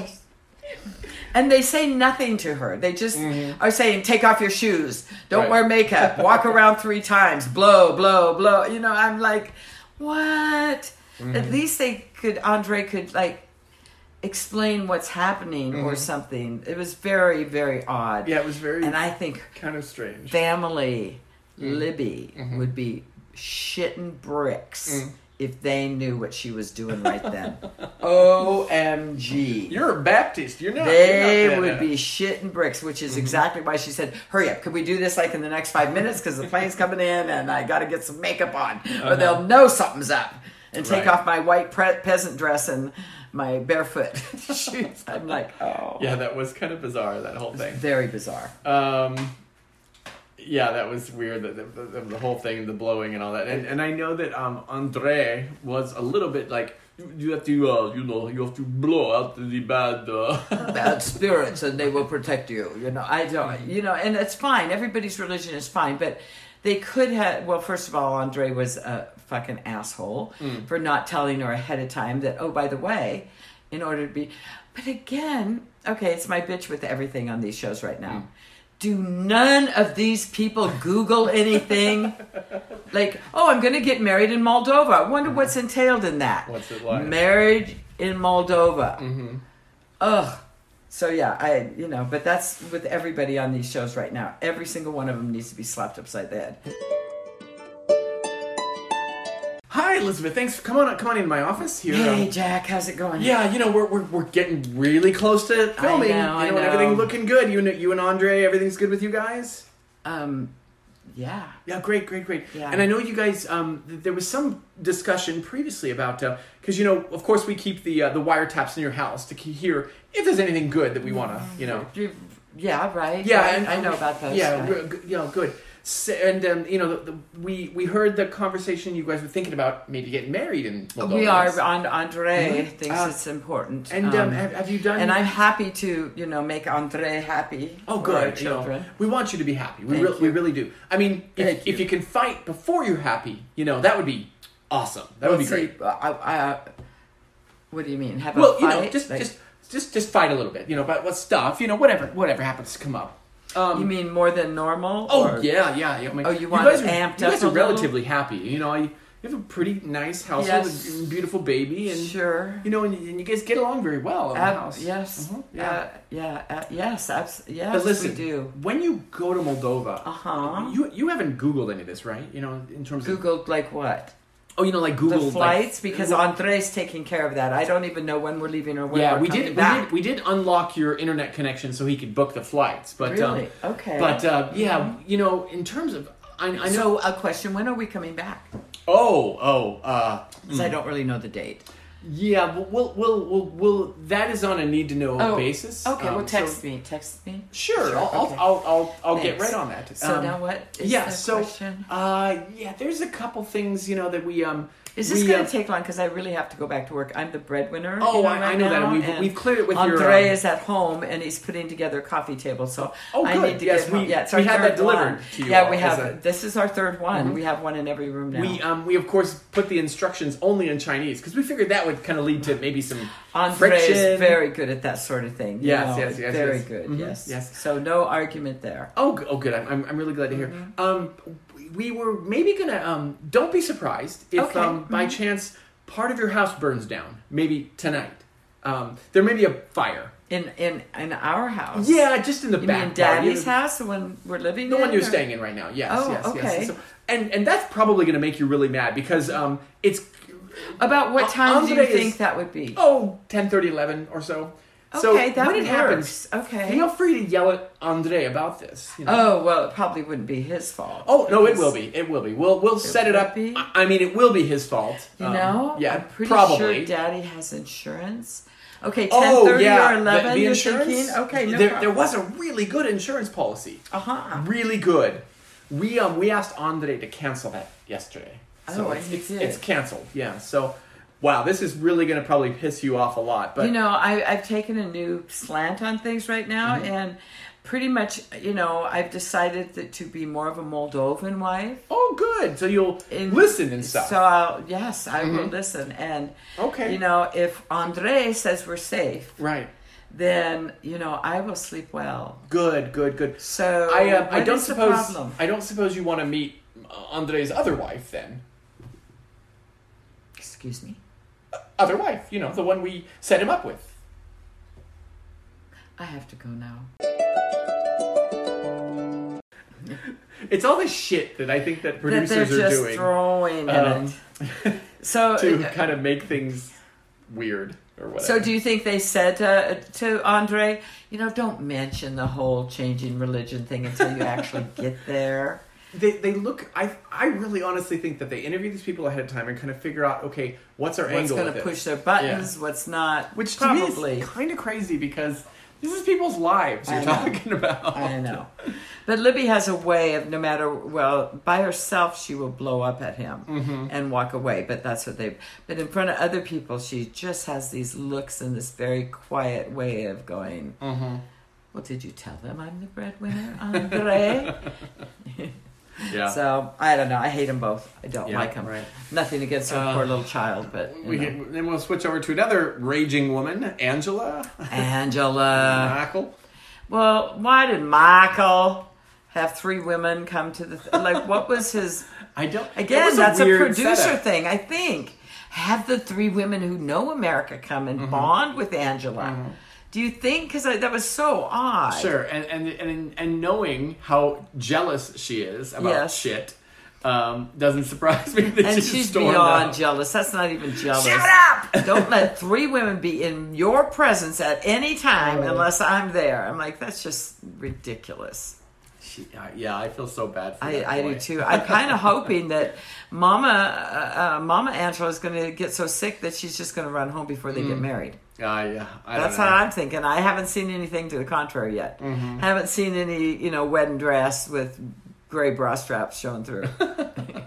Speaker 2: And they say nothing to her. They just are saying, take off your shoes, don't
Speaker 1: Mm-hmm. Right.
Speaker 2: wear makeup, walk around three times, blow, blow, blow. You know, I'm like, what?
Speaker 1: Mm-hmm.
Speaker 2: At least they could, Andre could like explain what's happening or something. It was very, very odd.
Speaker 1: Mm-hmm. yeah, it was very
Speaker 2: And I think
Speaker 1: kind of strange. Mm-hmm. Mm.
Speaker 2: family Libby would be shitting bricks if they knew what she was doing right then. OMG.
Speaker 1: You're a Baptist. You're not.
Speaker 2: They
Speaker 1: you're not Mm-hmm. that,
Speaker 2: would
Speaker 1: uh,
Speaker 2: be shitting bricks, which is exactly why she said, "Hurry up! Could we do this like in the next five minutes? Because the plane's coming in, and I got to get some makeup on, or they'll know something's up." And take
Speaker 1: Uh-huh. Right.
Speaker 2: off my white pre- peasant dress and my barefoot shoes. I'm like, oh,
Speaker 1: Yeah, that was kind of bizarre. That whole thing.
Speaker 2: very bizarre.
Speaker 1: Um, yeah, that was weird. The, the, the, the whole thing, the blowing and all that. And and I know that um Andre was a little bit like you, you have to uh, you know you have to blow out the bad. Uh,
Speaker 2: Bad spirits, and they will protect you. You know, I don't.
Speaker 1: Mm-hmm.
Speaker 2: You know, and it's fine. Everybody's religion is fine, but they could have. Well, first of all, Andre was a fucking asshole
Speaker 1: Mm.
Speaker 2: for not telling her ahead of time that. Oh, by the way, in order to be, but again, okay, it's my bitch with everything on these shows right
Speaker 1: Mm.
Speaker 2: now. Do none of these people Google anything? like, oh, I'm going to get married in Moldova. I wonder what's entailed in that.
Speaker 1: Mm-hmm. What's it like? Mm-hmm.
Speaker 2: Marriage in Moldova. Ugh. So yeah, I you know, but that's with everybody on these shows right now. Every single one of them needs to be slapped upside the head.
Speaker 1: Hi, Elizabeth. Thanks for come on come on in my office here.
Speaker 2: Hey
Speaker 1: Um,
Speaker 2: Jack, how's it going?
Speaker 1: yeah, you know we're, we're we're getting really close to filming.
Speaker 2: know, I
Speaker 1: you know, and
Speaker 2: know.
Speaker 1: everything looking good. You know, you and Andre, everything's good with you guys.
Speaker 2: Um, yeah.
Speaker 1: Yeah, great, great, great.
Speaker 2: Yeah.
Speaker 1: And I know you guys. Um, th- there was some discussion previously about because you know, of course, we keep the uh, the wiretaps in your house to ke- hear if there's anything good that we want to, you know.
Speaker 2: You- Yeah, right.
Speaker 1: Yeah,
Speaker 2: right.
Speaker 1: and,
Speaker 2: Mm-hmm. I know about those.
Speaker 1: Yeah,
Speaker 2: right.
Speaker 1: re- g- you know, good. S and um, you know, the, the, we we heard the conversation you guys were thinking about maybe getting married in. Moldova.
Speaker 2: we are uh, on Andre
Speaker 1: Mhm.
Speaker 2: thinks
Speaker 1: Uh,
Speaker 2: it's important.
Speaker 1: And um, have, have you done?
Speaker 2: and I'm happy to, you know, make Andre happy.
Speaker 1: Oh,
Speaker 2: for our
Speaker 1: good. you know,
Speaker 2: children.
Speaker 1: we want you to be happy. We,
Speaker 2: Thank
Speaker 1: re- we
Speaker 2: you.
Speaker 1: really do. I mean, if,
Speaker 2: Thank
Speaker 1: if you
Speaker 2: you.
Speaker 1: can fight before you're happy, you know, that would be awesome. That would be
Speaker 2: Let's see,
Speaker 1: great.
Speaker 2: I, I, I- what do you mean? Have
Speaker 1: well,
Speaker 2: a
Speaker 1: you
Speaker 2: fight?
Speaker 1: know, just
Speaker 2: Like,
Speaker 1: just just just fight a little bit, you know, about what stuff, you know, whatever whatever happens to come up. Um,
Speaker 2: you mean more than normal?
Speaker 1: oh
Speaker 2: or-
Speaker 1: yeah, yeah, yeah. I mean,
Speaker 2: Oh, you want it
Speaker 1: guys are,
Speaker 2: amped
Speaker 1: You
Speaker 2: up
Speaker 1: guys
Speaker 2: a
Speaker 1: are
Speaker 2: little?
Speaker 1: relatively happy, you know. You you have a pretty nice household,
Speaker 2: Yes.
Speaker 1: with a beautiful baby, and
Speaker 2: Sure.
Speaker 1: you know, and, and you guys get along very well in
Speaker 2: Ab-
Speaker 1: the house.
Speaker 2: Yes.
Speaker 1: Mhm,
Speaker 2: Yeah.
Speaker 1: yeah.
Speaker 2: Uh, yeah. Uh, yes. Abs- yes.
Speaker 1: but listen,
Speaker 2: we do.
Speaker 1: when you go to Moldova,
Speaker 2: Uh-huh.
Speaker 1: you you haven't Googled any of this, right? You know, in terms of
Speaker 2: Googled like what?
Speaker 1: oh, you know, like Google
Speaker 2: the flights because Andre's taking care of that. I don't even know when we're leaving or when
Speaker 1: yeah,
Speaker 2: we're
Speaker 1: we
Speaker 2: coming
Speaker 1: did, we
Speaker 2: back.
Speaker 1: did. We did unlock your internet connection so he could book the flights. But
Speaker 2: really?
Speaker 1: um,
Speaker 2: okay.
Speaker 1: But uh, yeah, you know, in terms of I, I know.
Speaker 2: so a question: When are we coming back?
Speaker 1: oh, oh, uh,
Speaker 2: 'Cause I don't really know the date.
Speaker 1: yeah. We'll, we'll, we'll, we'll, we'll. That is on a need to know
Speaker 2: Oh,
Speaker 1: basis.
Speaker 2: Okay.
Speaker 1: Um,
Speaker 2: well,
Speaker 1: so-
Speaker 2: text me. Text me.
Speaker 1: sure,
Speaker 2: Sure,
Speaker 1: I'll,
Speaker 2: okay.
Speaker 1: I'll, I'll, I'll, I'll get
Speaker 2: Thanks.
Speaker 1: right on that.
Speaker 2: So
Speaker 1: Um,
Speaker 2: now what is
Speaker 1: yeah.
Speaker 2: the
Speaker 1: So,
Speaker 2: question?
Speaker 1: uh, yeah. There's a couple things you know that we um.
Speaker 2: Is this
Speaker 1: we,
Speaker 2: going
Speaker 1: uh,
Speaker 2: to take long? Because I really have to go back to work. I'm the breadwinner.
Speaker 1: Oh,
Speaker 2: you know,
Speaker 1: I- I
Speaker 2: right
Speaker 1: know that.
Speaker 2: now,
Speaker 1: We've-
Speaker 2: and
Speaker 1: we've cleared it with your,
Speaker 2: Andre
Speaker 1: um,
Speaker 2: is at home and he's putting together a coffee table, so
Speaker 1: Oh,
Speaker 2: I
Speaker 1: good.
Speaker 2: need to
Speaker 1: Yes,
Speaker 2: get home.
Speaker 1: we-
Speaker 2: yeah, it's
Speaker 1: we
Speaker 2: our
Speaker 1: had
Speaker 2: third
Speaker 1: that delivered
Speaker 2: one.
Speaker 1: to you
Speaker 2: yeah,
Speaker 1: all
Speaker 2: we
Speaker 1: as
Speaker 2: have.
Speaker 1: a- Mhm.
Speaker 2: This is our third one. We have one in every room now.
Speaker 1: We um we of course put the instructions only in Chinese because we figured that would kind of lead to maybe some
Speaker 2: Andre
Speaker 1: friction.
Speaker 2: is very good at that sort of thing. you
Speaker 1: Yes,
Speaker 2: know,
Speaker 1: yes, yes,
Speaker 2: very
Speaker 1: yes.
Speaker 2: good.
Speaker 1: Mhm,
Speaker 2: Yes,
Speaker 1: yes.
Speaker 2: So no argument there.
Speaker 1: Oh, g- oh, good. I'm, I'm, I'm really glad to hear.
Speaker 2: Mm-hmm.
Speaker 1: Um, we were maybe gonna. Um, don't be surprised if
Speaker 2: Okay. Mm-hmm.
Speaker 1: um, by chance part of your house burns down. Maybe tonight. Um, there may be a fire.
Speaker 2: In in in our house.
Speaker 1: Yeah, just in the
Speaker 2: You
Speaker 1: back.
Speaker 2: mean
Speaker 1: part, you
Speaker 2: Daddy's
Speaker 1: know,
Speaker 2: house, the one we're living
Speaker 1: The
Speaker 2: in?
Speaker 1: one you're
Speaker 2: or-
Speaker 1: staying in right now. Yes.
Speaker 2: Oh,
Speaker 1: yes.
Speaker 2: okay.
Speaker 1: Yes. So- and and that's probably gonna make you really mad because um, it's
Speaker 2: About what
Speaker 1: Uh,
Speaker 2: time do you
Speaker 1: Andre is-
Speaker 2: think that would be?
Speaker 1: oh 10, 30, 11 or so. Oh, So
Speaker 2: okay, that
Speaker 1: when it
Speaker 2: works.
Speaker 1: happens,
Speaker 2: Okay.
Speaker 1: feel free to yell at Andre about this. You know?
Speaker 2: Oh well, it probably wouldn't be his fault.
Speaker 1: Oh no, it
Speaker 2: because-
Speaker 1: will be. It will be. We'll we'll set it
Speaker 2: will
Speaker 1: up.
Speaker 2: be?
Speaker 1: I I mean, it will be his fault.
Speaker 2: You
Speaker 1: Um,
Speaker 2: know,
Speaker 1: yeah,
Speaker 2: I'm pretty
Speaker 1: probably.
Speaker 2: sure Daddy has insurance. Okay, ten thirty
Speaker 1: oh yeah,
Speaker 2: or
Speaker 1: the-
Speaker 2: eleven.
Speaker 1: the,
Speaker 2: you're
Speaker 1: insurance.
Speaker 2: thinking? Okay, no
Speaker 1: there, there was a really good insurance policy.
Speaker 2: Uh huh.
Speaker 1: Really good. We um we asked Andre to cancel that yesterday. So
Speaker 2: Oh, and
Speaker 1: it's,
Speaker 2: he
Speaker 1: it's,
Speaker 2: did.
Speaker 1: it's canceled. Yeah. So, wow, this is really going to probably piss you off a lot. But
Speaker 2: You know, I, I've taken a new slant on things right now,
Speaker 1: Mm-hmm.
Speaker 2: and pretty much, you know, I've decided that to be more of a Moldovan wife.
Speaker 1: oh, good. So you'll
Speaker 2: in-
Speaker 1: listen and stuff.
Speaker 2: So I'll, yes, I will listen, and
Speaker 1: Okay.
Speaker 2: you know, if Andre says we're safe,
Speaker 1: right.
Speaker 2: then you know I will sleep well.
Speaker 1: Good. Good. Good.
Speaker 2: So
Speaker 1: I um, I
Speaker 2: what
Speaker 1: don't
Speaker 2: is the
Speaker 1: suppose
Speaker 2: problem?
Speaker 1: I don't suppose you want to meet uh, Andre's other wife then.
Speaker 2: Excuse me.
Speaker 1: other wife, you know, the one we set him up with.
Speaker 2: I have to go now.
Speaker 1: It's all this shit that I think that
Speaker 2: That
Speaker 1: producers
Speaker 2: they're
Speaker 1: are
Speaker 2: just
Speaker 1: doing.
Speaker 2: throwing in
Speaker 1: Um,
Speaker 2: it. So uh,
Speaker 1: to kind of make things weird or whatever.
Speaker 2: So do you think they said to, to Andre, you know, don't mention the whole changing religion thing until you actually get there?
Speaker 1: they they look I I really honestly think that they interview these people ahead of time and kind of figure out okay what's our
Speaker 2: What's
Speaker 1: angle
Speaker 2: going to
Speaker 1: with
Speaker 2: push
Speaker 1: it?
Speaker 2: their buttons? What's not?
Speaker 1: which to me is
Speaker 2: probably.
Speaker 1: kind of crazy because this is people's lives
Speaker 2: I
Speaker 1: you're
Speaker 2: know.
Speaker 1: talking about
Speaker 2: I know. But Libby has a way of no matter well by herself she will blow up at him
Speaker 1: Mm-hmm.
Speaker 2: and walk away. But that's what they. But in front of other people, she just has these looks and this very quiet way of going.
Speaker 1: Mm-hmm.
Speaker 2: Well, did you tell them I'm the breadwinner, Andre?
Speaker 1: yeah
Speaker 2: So I don't know. I hate them both. I don't
Speaker 1: Yeah,
Speaker 2: like them.
Speaker 1: right.
Speaker 2: Nothing against her
Speaker 1: Uh,
Speaker 2: poor little child, but you
Speaker 1: we
Speaker 2: know.
Speaker 1: can, then we'll switch over to another raging woman Angela
Speaker 2: Angela.
Speaker 1: Michael
Speaker 2: Well, why did Michael have three women come to the th- like? What was his
Speaker 1: I don't it
Speaker 2: Again,
Speaker 1: was
Speaker 2: that's a,
Speaker 1: weird
Speaker 2: producer
Speaker 1: setup.
Speaker 2: thing, I think. Have the three women who know America come and
Speaker 1: Mm-hmm.
Speaker 2: bond with Angela. Do you think? Because that was so odd.
Speaker 1: Sure, and and and and knowing how jealous she is about
Speaker 2: Yes.
Speaker 1: shit um, doesn't surprise me that
Speaker 2: And
Speaker 1: she
Speaker 2: she's
Speaker 1: stormed
Speaker 2: beyond
Speaker 1: out.
Speaker 2: jealous. That's not even jealous.
Speaker 1: Shut up!
Speaker 2: Don't let three women be in your presence at any time
Speaker 1: Oh.
Speaker 2: unless I'm there. I'm like, that's just ridiculous.
Speaker 1: She, I- yeah, I feel so bad for
Speaker 2: I,
Speaker 1: that
Speaker 2: I
Speaker 1: boy.
Speaker 2: do too. I'm kind of hoping that Mama uh, uh, Mama Angela is going to get so sick that she's just going to run home before they get married.
Speaker 1: Uh, yeah, I
Speaker 2: That's
Speaker 1: don't know. Mm-hmm.
Speaker 2: how I'm thinking. I haven't seen anything to the contrary yet. Haven't seen any, you know, wedding dress with gray bra straps showing through.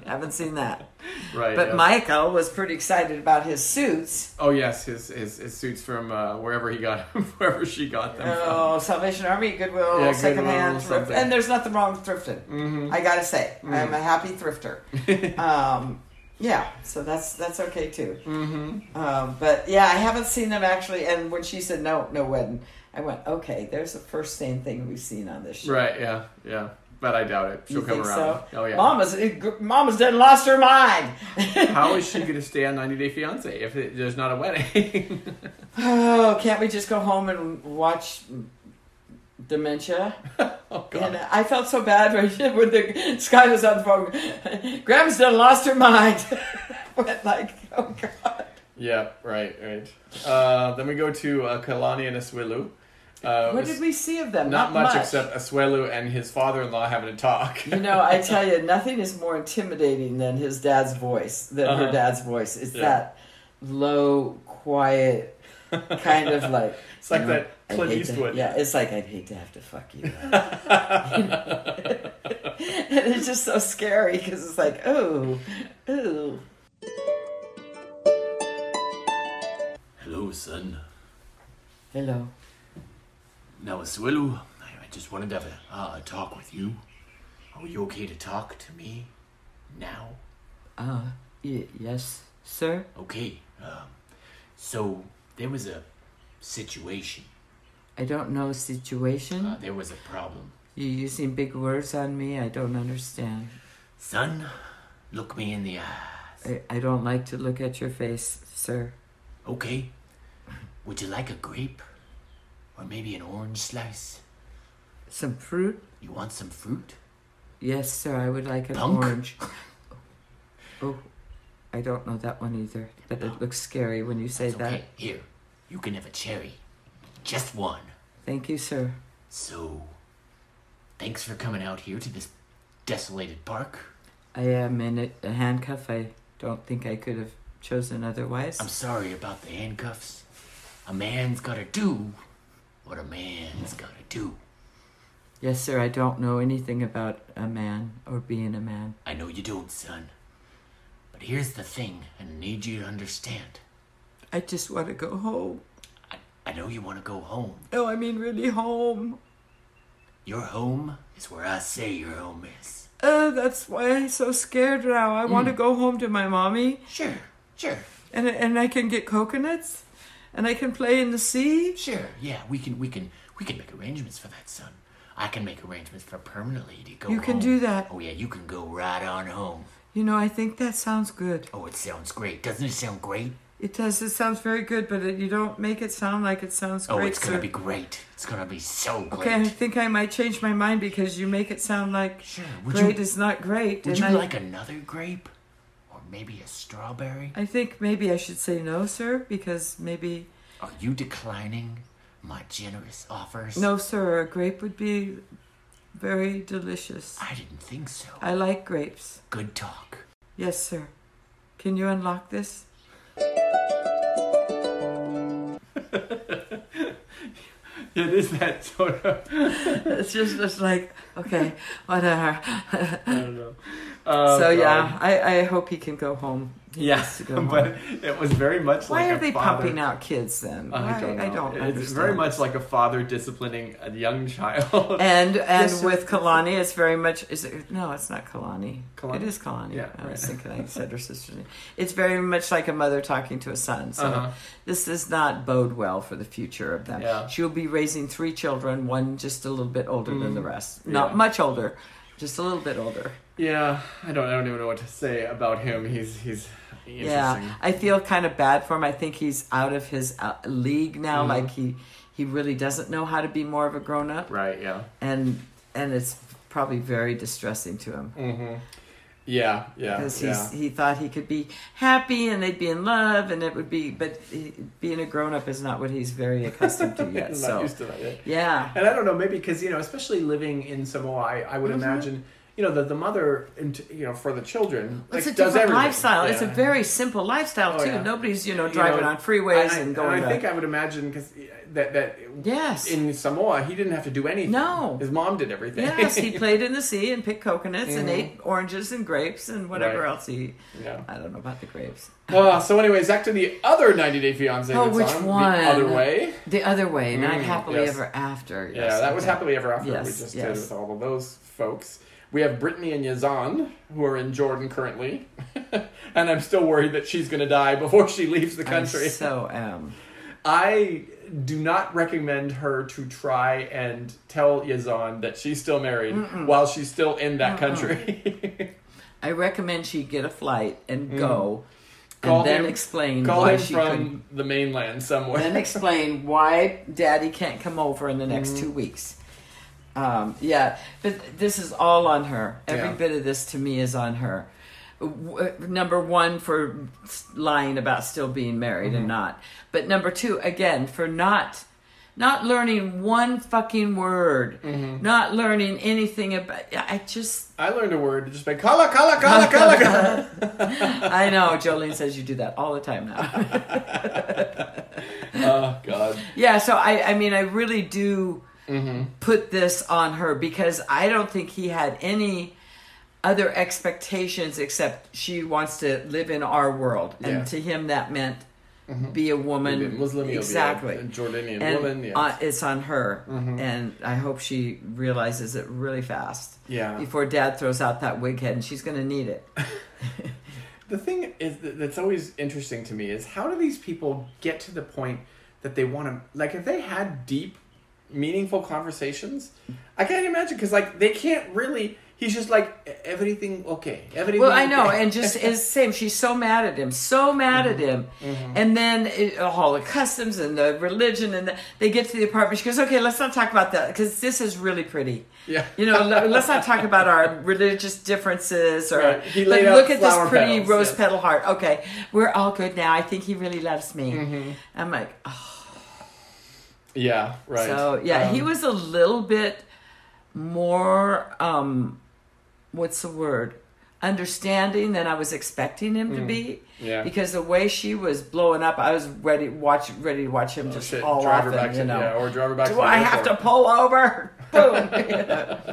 Speaker 2: haven't seen that.
Speaker 1: Right.
Speaker 2: But
Speaker 1: yeah.
Speaker 2: Michael was pretty excited about his suits.
Speaker 1: Oh yes, his his, his suits from uh, wherever he got wherever she got them.
Speaker 2: Oh, Salvation Army, Goodwill,
Speaker 1: Yeah,
Speaker 2: secondhand,
Speaker 1: Goodwill,
Speaker 2: thrift.
Speaker 1: something. Mm-hmm.
Speaker 2: and there's nothing wrong with thrifting. I gotta say, I'm a happy thrifter. um, yeah, so that's that's okay too. Mm-hmm. Um, but yeah, I haven't seen them actually. And when she said no, no wedding, I went okay. There's the first same thing we've seen on this show.
Speaker 1: From. Right. Yeah. Yeah. But I doubt it. She'll
Speaker 2: You
Speaker 1: come
Speaker 2: think
Speaker 1: around.
Speaker 2: so?
Speaker 1: Oh yeah.
Speaker 2: Mama's it- Mama's done lost her mind.
Speaker 1: How is she going to stay on 90 Day Fiance if it, there's not a wedding?
Speaker 2: oh, can't we just go home and watch dementia?
Speaker 1: oh
Speaker 2: And
Speaker 1: god.
Speaker 2: I felt so bad when, when the Sky was on the phone. Grandma's done lost her mind. Went like, oh god.
Speaker 1: Yeah. Right. Right. Uh, then we go to uh, Kalani and Aswilu. Uh,
Speaker 2: What did we see of them?
Speaker 1: not much, except Aswelu and his father-in-law having a talk.
Speaker 2: You know, I tell you, nothing is more intimidating than his dad's voice, than
Speaker 1: Uh-huh.
Speaker 2: her dad's voice. It's
Speaker 1: Yeah.
Speaker 2: that low, quiet, kind of like.
Speaker 1: It's like
Speaker 2: you
Speaker 1: that
Speaker 2: I'd
Speaker 1: Clint
Speaker 2: hate to-
Speaker 1: Eastwood.
Speaker 2: yeah, it's like I'd hate to have to fuck you. up." and it's just so scary because it's like, oh, ooh.
Speaker 1: Hello, son.
Speaker 2: Hello.
Speaker 1: Now, Aswilu, I I just wanted to have a, uh, a talk with you. Are you okay to talk to me now?
Speaker 2: Uh, y- yes, sir.
Speaker 3: Okay. Um, so there was a situation.
Speaker 2: I don't know situation.
Speaker 3: Uh, there was a problem.
Speaker 2: You're using big words on me. I don't understand.
Speaker 3: Son, look me in the eye.
Speaker 2: I, I don't like to look at your face, sir.
Speaker 3: Okay. Would you like a grape? Or maybe an orange slice?
Speaker 2: Some fruit?
Speaker 3: You want some fruit?
Speaker 2: Yes, sir. I would like an
Speaker 3: Punk?
Speaker 2: orange. Oh, I don't know that one either. But it looks scary when you say
Speaker 3: It's
Speaker 2: that.
Speaker 3: okay. Here, you can have a cherry. Just one.
Speaker 2: Thank you, sir.
Speaker 3: So, thanks for coming out here to this desolated park.
Speaker 2: I am in a- a handcuff. I don't think I could have chosen otherwise.
Speaker 3: I'm sorry about the handcuffs. A man's gotta do what a man's gotta do.
Speaker 2: yes, sir. I don't know anything about a man or being a man.
Speaker 3: I know you don't, son. But here's the thing, and I need you to understand.
Speaker 2: I just want to go home.
Speaker 3: I, I know you want to go home.
Speaker 2: No, I mean really home.
Speaker 3: Your home is where I say your home is.
Speaker 2: Uh, that's why I'm so scared now. I want to
Speaker 3: Mm.
Speaker 2: go home to my mommy,
Speaker 3: Sure, sure,
Speaker 2: and and I can get coconuts, and I can play in the sea.
Speaker 3: sure. Yeah, we can, we can, we can make arrangements for that, son. I can make arrangements for permanently to go.
Speaker 2: You can
Speaker 3: home.
Speaker 2: do that.
Speaker 3: Oh yeah, you can go right on home.
Speaker 2: You know, I think that sounds good.
Speaker 3: Oh, it sounds great. Doesn't it sound great?
Speaker 2: It does. It sounds very good, but it, you don't make it sound like it sounds
Speaker 3: Oh,
Speaker 2: great.
Speaker 3: it's gonna
Speaker 2: sir.
Speaker 3: be great. It's gonna be so great.
Speaker 2: Okay, I think I might change my mind because you make it sound like
Speaker 3: Sure. Would
Speaker 2: great
Speaker 3: you
Speaker 2: is not great.
Speaker 3: would
Speaker 2: and
Speaker 3: you
Speaker 2: I,
Speaker 3: like another grape, or
Speaker 1: Maybe a strawberry?
Speaker 2: I think maybe I should say no, sir, because maybe
Speaker 1: Are you declining my generous offers?
Speaker 2: no, sir, a grape would be very delicious.
Speaker 1: I didn't think so.
Speaker 2: I like grapes.
Speaker 1: Good talk.
Speaker 2: Yes, sir. Can you unlock this?
Speaker 4: It is that sort of.
Speaker 2: It's just, just like okay, whatever.
Speaker 4: I don't know. Um,
Speaker 2: so yeah, I, I hope he can go home.
Speaker 4: Yes,
Speaker 2: to go home.
Speaker 4: but it was very much
Speaker 2: Why
Speaker 4: like
Speaker 2: are
Speaker 4: a
Speaker 2: they
Speaker 4: father- Uh,
Speaker 2: pumping out kids then? Why-
Speaker 4: I don't know.
Speaker 2: I don't
Speaker 4: it's
Speaker 2: understand.
Speaker 4: very much like a father disciplining a young child.
Speaker 2: And and
Speaker 4: Yes, sir.
Speaker 2: with Kalani, it's very much is it, no, it's not Kalani.
Speaker 4: Kalani?
Speaker 2: It is Kalani.
Speaker 4: Yeah,
Speaker 2: I was
Speaker 4: right.
Speaker 2: thinking I said her sister's name. It's very much like a mother talking to a son. So
Speaker 4: Uh-huh.
Speaker 2: this does not bode well for the future of them.
Speaker 4: Yeah.
Speaker 2: She will be raising three children, one just a little bit older than the rest,
Speaker 4: Mm-hmm. Yeah.
Speaker 2: not much older, just a little bit older.
Speaker 4: yeah, I don't. I don't even know what to say about him. He's he's. Interesting.
Speaker 2: Yeah, I feel kind of bad for him. I think he's out of his uh, league now.
Speaker 4: Mhm.
Speaker 2: Like he he really doesn't know how to be more of a grown up,
Speaker 4: Right. Yeah.
Speaker 2: and and it's probably very distressing to him.
Speaker 4: Mm-hmm. Yeah. Yeah.
Speaker 2: because
Speaker 4: yeah.
Speaker 2: he's he thought he could be happy and they'd be in love and it would be but he, being a grown up is not what he's very accustomed to yet
Speaker 4: not
Speaker 2: so
Speaker 4: used to that yet.
Speaker 2: yeah
Speaker 4: And I don't know, maybe because you know, especially living in Samoa, I, I would
Speaker 2: Mm-hmm.
Speaker 4: imagine you know the the mother, and t- you know, for the children, like,
Speaker 2: it's a
Speaker 4: does
Speaker 2: different
Speaker 4: everything.
Speaker 2: lifestyle it's a
Speaker 4: Yeah.
Speaker 2: very simple lifestyle
Speaker 4: Oh,
Speaker 2: too
Speaker 4: yeah.
Speaker 2: nobody's you know
Speaker 4: You
Speaker 2: driving
Speaker 4: know,
Speaker 2: on freeways
Speaker 4: I-
Speaker 2: and, going
Speaker 4: I
Speaker 2: to,
Speaker 4: think I would imagine because that that
Speaker 2: yes
Speaker 4: in Samoa he didn't have to do anything.
Speaker 2: No.
Speaker 4: his mom did everything.
Speaker 2: yes he played in the sea and picked coconuts and
Speaker 4: Mhm.
Speaker 2: ate oranges and grapes and whatever
Speaker 4: Right.
Speaker 2: else he
Speaker 4: yeah.
Speaker 2: i don't know about the grapes
Speaker 4: Uh, so, anyways, back to the other 90 Day Fiance.
Speaker 2: Oh,
Speaker 4: that's
Speaker 2: which
Speaker 4: on,
Speaker 2: one?
Speaker 4: The other way.
Speaker 2: the other way not
Speaker 4: Mm,
Speaker 2: happily
Speaker 4: yes.
Speaker 2: ever after
Speaker 4: Yeah,
Speaker 2: Yes,
Speaker 4: that was
Speaker 2: okay.
Speaker 4: happily ever after we
Speaker 2: Yes,
Speaker 4: just did
Speaker 2: yes.
Speaker 4: with all of those folks. We have Brittany and Yazan, who are in Jordan currently, and I'm still worried that she's going to die before she leaves the
Speaker 2: I
Speaker 4: country.
Speaker 2: so um, am
Speaker 4: I do not recommend her to try and tell Yazan that she's still married while she's still in that country.
Speaker 2: I recommend she get a flight and go, and
Speaker 4: Mm. Call
Speaker 2: then
Speaker 4: him-
Speaker 2: explain
Speaker 4: Call
Speaker 2: why
Speaker 4: him
Speaker 2: she couldn't.
Speaker 4: from the mainland somewhere.
Speaker 2: Then explain why Daddy can't come over in the next two weeks. Um, yeah, but this is all on her. Every
Speaker 4: Yeah.
Speaker 2: bit of this to me is on her. W- number one for s- lying about still being married and not, but number two again for not not learning one fucking word, not learning anything about. I just
Speaker 4: I learned a word just by kala kala kala kala kala.
Speaker 2: I know Jolene says you do that all the time now.
Speaker 4: oh God.
Speaker 2: Yeah, so I, I mean, I really do
Speaker 4: Mm-hmm.
Speaker 2: put this on her because I don't think he had any other expectations except she wants to live in our world, and
Speaker 4: Yeah. Mm-hmm.
Speaker 2: to him that meant be a woman,
Speaker 4: Be a Muslim, you'll be a-
Speaker 2: exactly,
Speaker 4: a Jordanian
Speaker 2: And
Speaker 4: woman, Mm-hmm. yes.
Speaker 2: on- it's on her, and I hope she realizes it really fast.
Speaker 4: Yeah.
Speaker 2: before Dad throws out that wig head, and she's going to need it.
Speaker 4: The thing is that- that's always interesting to me is how do these people get to the point that they want to like if they had deep, meaningful conversations, I can't imagine because like they can't really. He's just like "E- everything okay, everything.
Speaker 2: Well, I know,
Speaker 4: okay."
Speaker 2: and just it's the same. She's so mad at him, so mad
Speaker 4: Mm-hmm.
Speaker 2: at him, and then it, all the customs and the religion, and the, they get to the apartment. She goes, "Okay, let's not talk about that because this is really pretty."
Speaker 4: Yeah.
Speaker 2: you know, let, us not talk about our religious differences or
Speaker 4: Right. He
Speaker 2: but
Speaker 4: laid out
Speaker 2: look at this
Speaker 4: flower
Speaker 2: pretty
Speaker 4: petals,
Speaker 2: rose
Speaker 4: yes.
Speaker 2: petal heart. Okay, we're all good now. I think he really loves me.
Speaker 4: Mm-hmm.
Speaker 2: I'm like, oh.
Speaker 4: yeah, right.
Speaker 2: so yeah, he
Speaker 4: Um,
Speaker 2: was a little bit more. um What's the word? Understanding than I was expecting him to be.
Speaker 4: Hmm. Yeah.
Speaker 2: Because the way she was blowing up, I was ready watch ready to watch him just
Speaker 4: Oh, shit,
Speaker 2: fall
Speaker 4: drive
Speaker 2: off.
Speaker 4: her
Speaker 2: And,
Speaker 4: back
Speaker 2: you
Speaker 4: to
Speaker 2: know,
Speaker 4: yeah, or drive her back. to
Speaker 2: do
Speaker 4: the
Speaker 2: I have to
Speaker 4: airport.
Speaker 2: pull over? Boom. you know.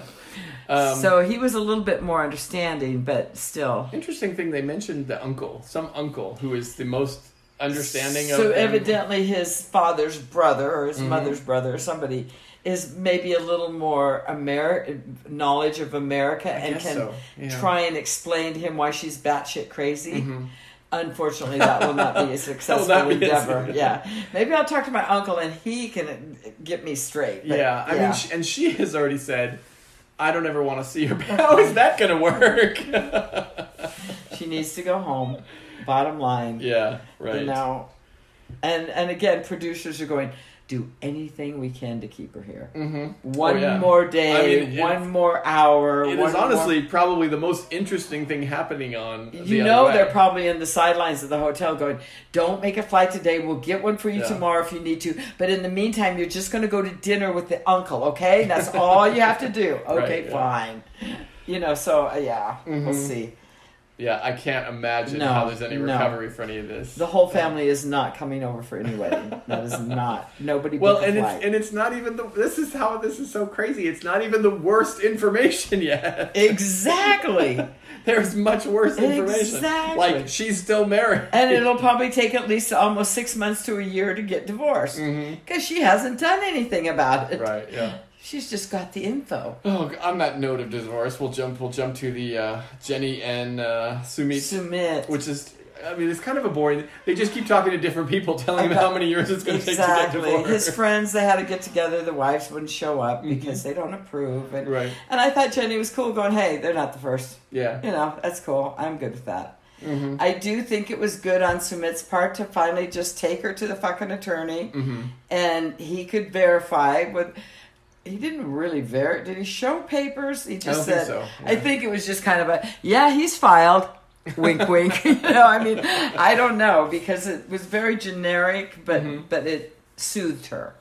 Speaker 4: Um,
Speaker 2: so he was a little bit more understanding, but still.
Speaker 4: interesting thing they mentioned the uncle, some uncle who is the most understanding of.
Speaker 2: So
Speaker 4: Mm-hmm. them.
Speaker 2: evidently, his father's brother or his mother's brother or somebody is maybe a little more Amer- knowledge of America and
Speaker 4: guess
Speaker 2: can
Speaker 4: so, yeah. Mm-hmm.
Speaker 2: try and explain to him why she's batshit crazy. Unfortunately, that will not be a successful
Speaker 4: That will not be a-
Speaker 2: endeavor. yeah, maybe I'll talk to my uncle and he can get me straight. but
Speaker 4: yeah, I mean, she, and she has already said, "I don't ever want to see her." back." How is that going to work?
Speaker 2: she needs to go home. Bottom line.
Speaker 4: yeah, right.
Speaker 2: you know and and again producers are going do anything we can to keep her here.
Speaker 4: Mm-hmm.
Speaker 2: One
Speaker 4: Oh, yeah.
Speaker 2: more day,
Speaker 4: I mean, it-
Speaker 2: one more hour.
Speaker 4: It
Speaker 2: one
Speaker 4: is
Speaker 2: more-
Speaker 4: honestly probably the most interesting thing happening on. the
Speaker 2: You
Speaker 4: other
Speaker 2: know
Speaker 4: way.
Speaker 2: they're probably in the sidelines of the hotel going, "Don't make a flight today. We'll get one for you
Speaker 4: Yeah.
Speaker 2: tomorrow if you need to. But in the meantime, you're just going to go to dinner with the uncle, okay? That's all you have to do.
Speaker 4: Right,
Speaker 2: Okay,
Speaker 4: yeah.
Speaker 2: fine. You know, so uh, yeah, we'll
Speaker 4: Mhm.
Speaker 2: see.
Speaker 4: Yeah, I can't imagine
Speaker 2: No,
Speaker 4: how there's any
Speaker 2: no.
Speaker 4: recovery for any of this.
Speaker 2: The whole family is not coming over for any wedding. that is not nobody.
Speaker 4: well,
Speaker 2: booked a
Speaker 4: and it's
Speaker 2: flight.
Speaker 4: and it's not even the. This is how this is so crazy. It's not even the worst information yet.
Speaker 2: exactly.
Speaker 4: There's much worse information.
Speaker 2: Exactly.
Speaker 4: Like she's still married.
Speaker 2: and it'll probably take at least almost six months to a year to get divorced
Speaker 4: Mhm.
Speaker 2: because she hasn't done anything about it.
Speaker 4: Right. Yeah.
Speaker 2: She's just got the info.
Speaker 4: Oh, on that note of divorce, we'll jump. We'll jump to the uh, Jenny and uh, Sumit,
Speaker 2: Submit.
Speaker 4: which is. I mean, it's kind of a boring. They just keep talking to different people, telling them how many years it's going to take to
Speaker 2: exactly.
Speaker 4: get divorced. Mm-hmm.
Speaker 2: His friends, they had to get together. The wives wouldn't show up because they don't approve. And,
Speaker 4: Right.
Speaker 2: and I thought Jenny was cool going, hey, they're not the first.
Speaker 4: Yeah.
Speaker 2: You know, that's cool. I'm good with that.
Speaker 4: Mm-hmm.
Speaker 2: I do think it was good on Sumit's part to finally just take her to the fucking attorney
Speaker 4: Mm-hmm.
Speaker 2: and he could verify with. He didn't really ver. Did he show papers? He just
Speaker 4: don't
Speaker 2: said.
Speaker 4: think so,
Speaker 2: I
Speaker 4: yeah.
Speaker 2: think it was just kind of a yeah. He's filed. wink, wink. you know, I mean, I don't know because it was very generic, but
Speaker 4: Mm-hmm.
Speaker 2: but it soothed her,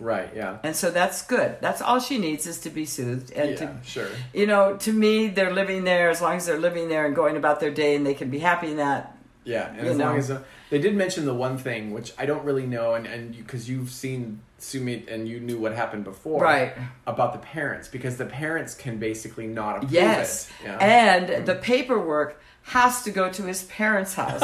Speaker 4: Right. Yeah.
Speaker 2: and so that's good. That's all she needs is to be soothed and
Speaker 4: Yeah.
Speaker 2: to
Speaker 4: Sure.
Speaker 2: you know. To me, they're living there as long as they're living there and going about their day, and they can be happy in that.
Speaker 4: Yeah, and
Speaker 2: You
Speaker 4: as
Speaker 2: know.
Speaker 4: long as uh, they did mention the one thing, which I don't really know, and and because you've seen Sumit and you knew what happened before,
Speaker 2: Right.
Speaker 4: About the parents, because the parents can basically not approve
Speaker 2: Yes.
Speaker 4: it. Yeah. Mm-hmm.
Speaker 2: And the paperwork has to go to his parents' house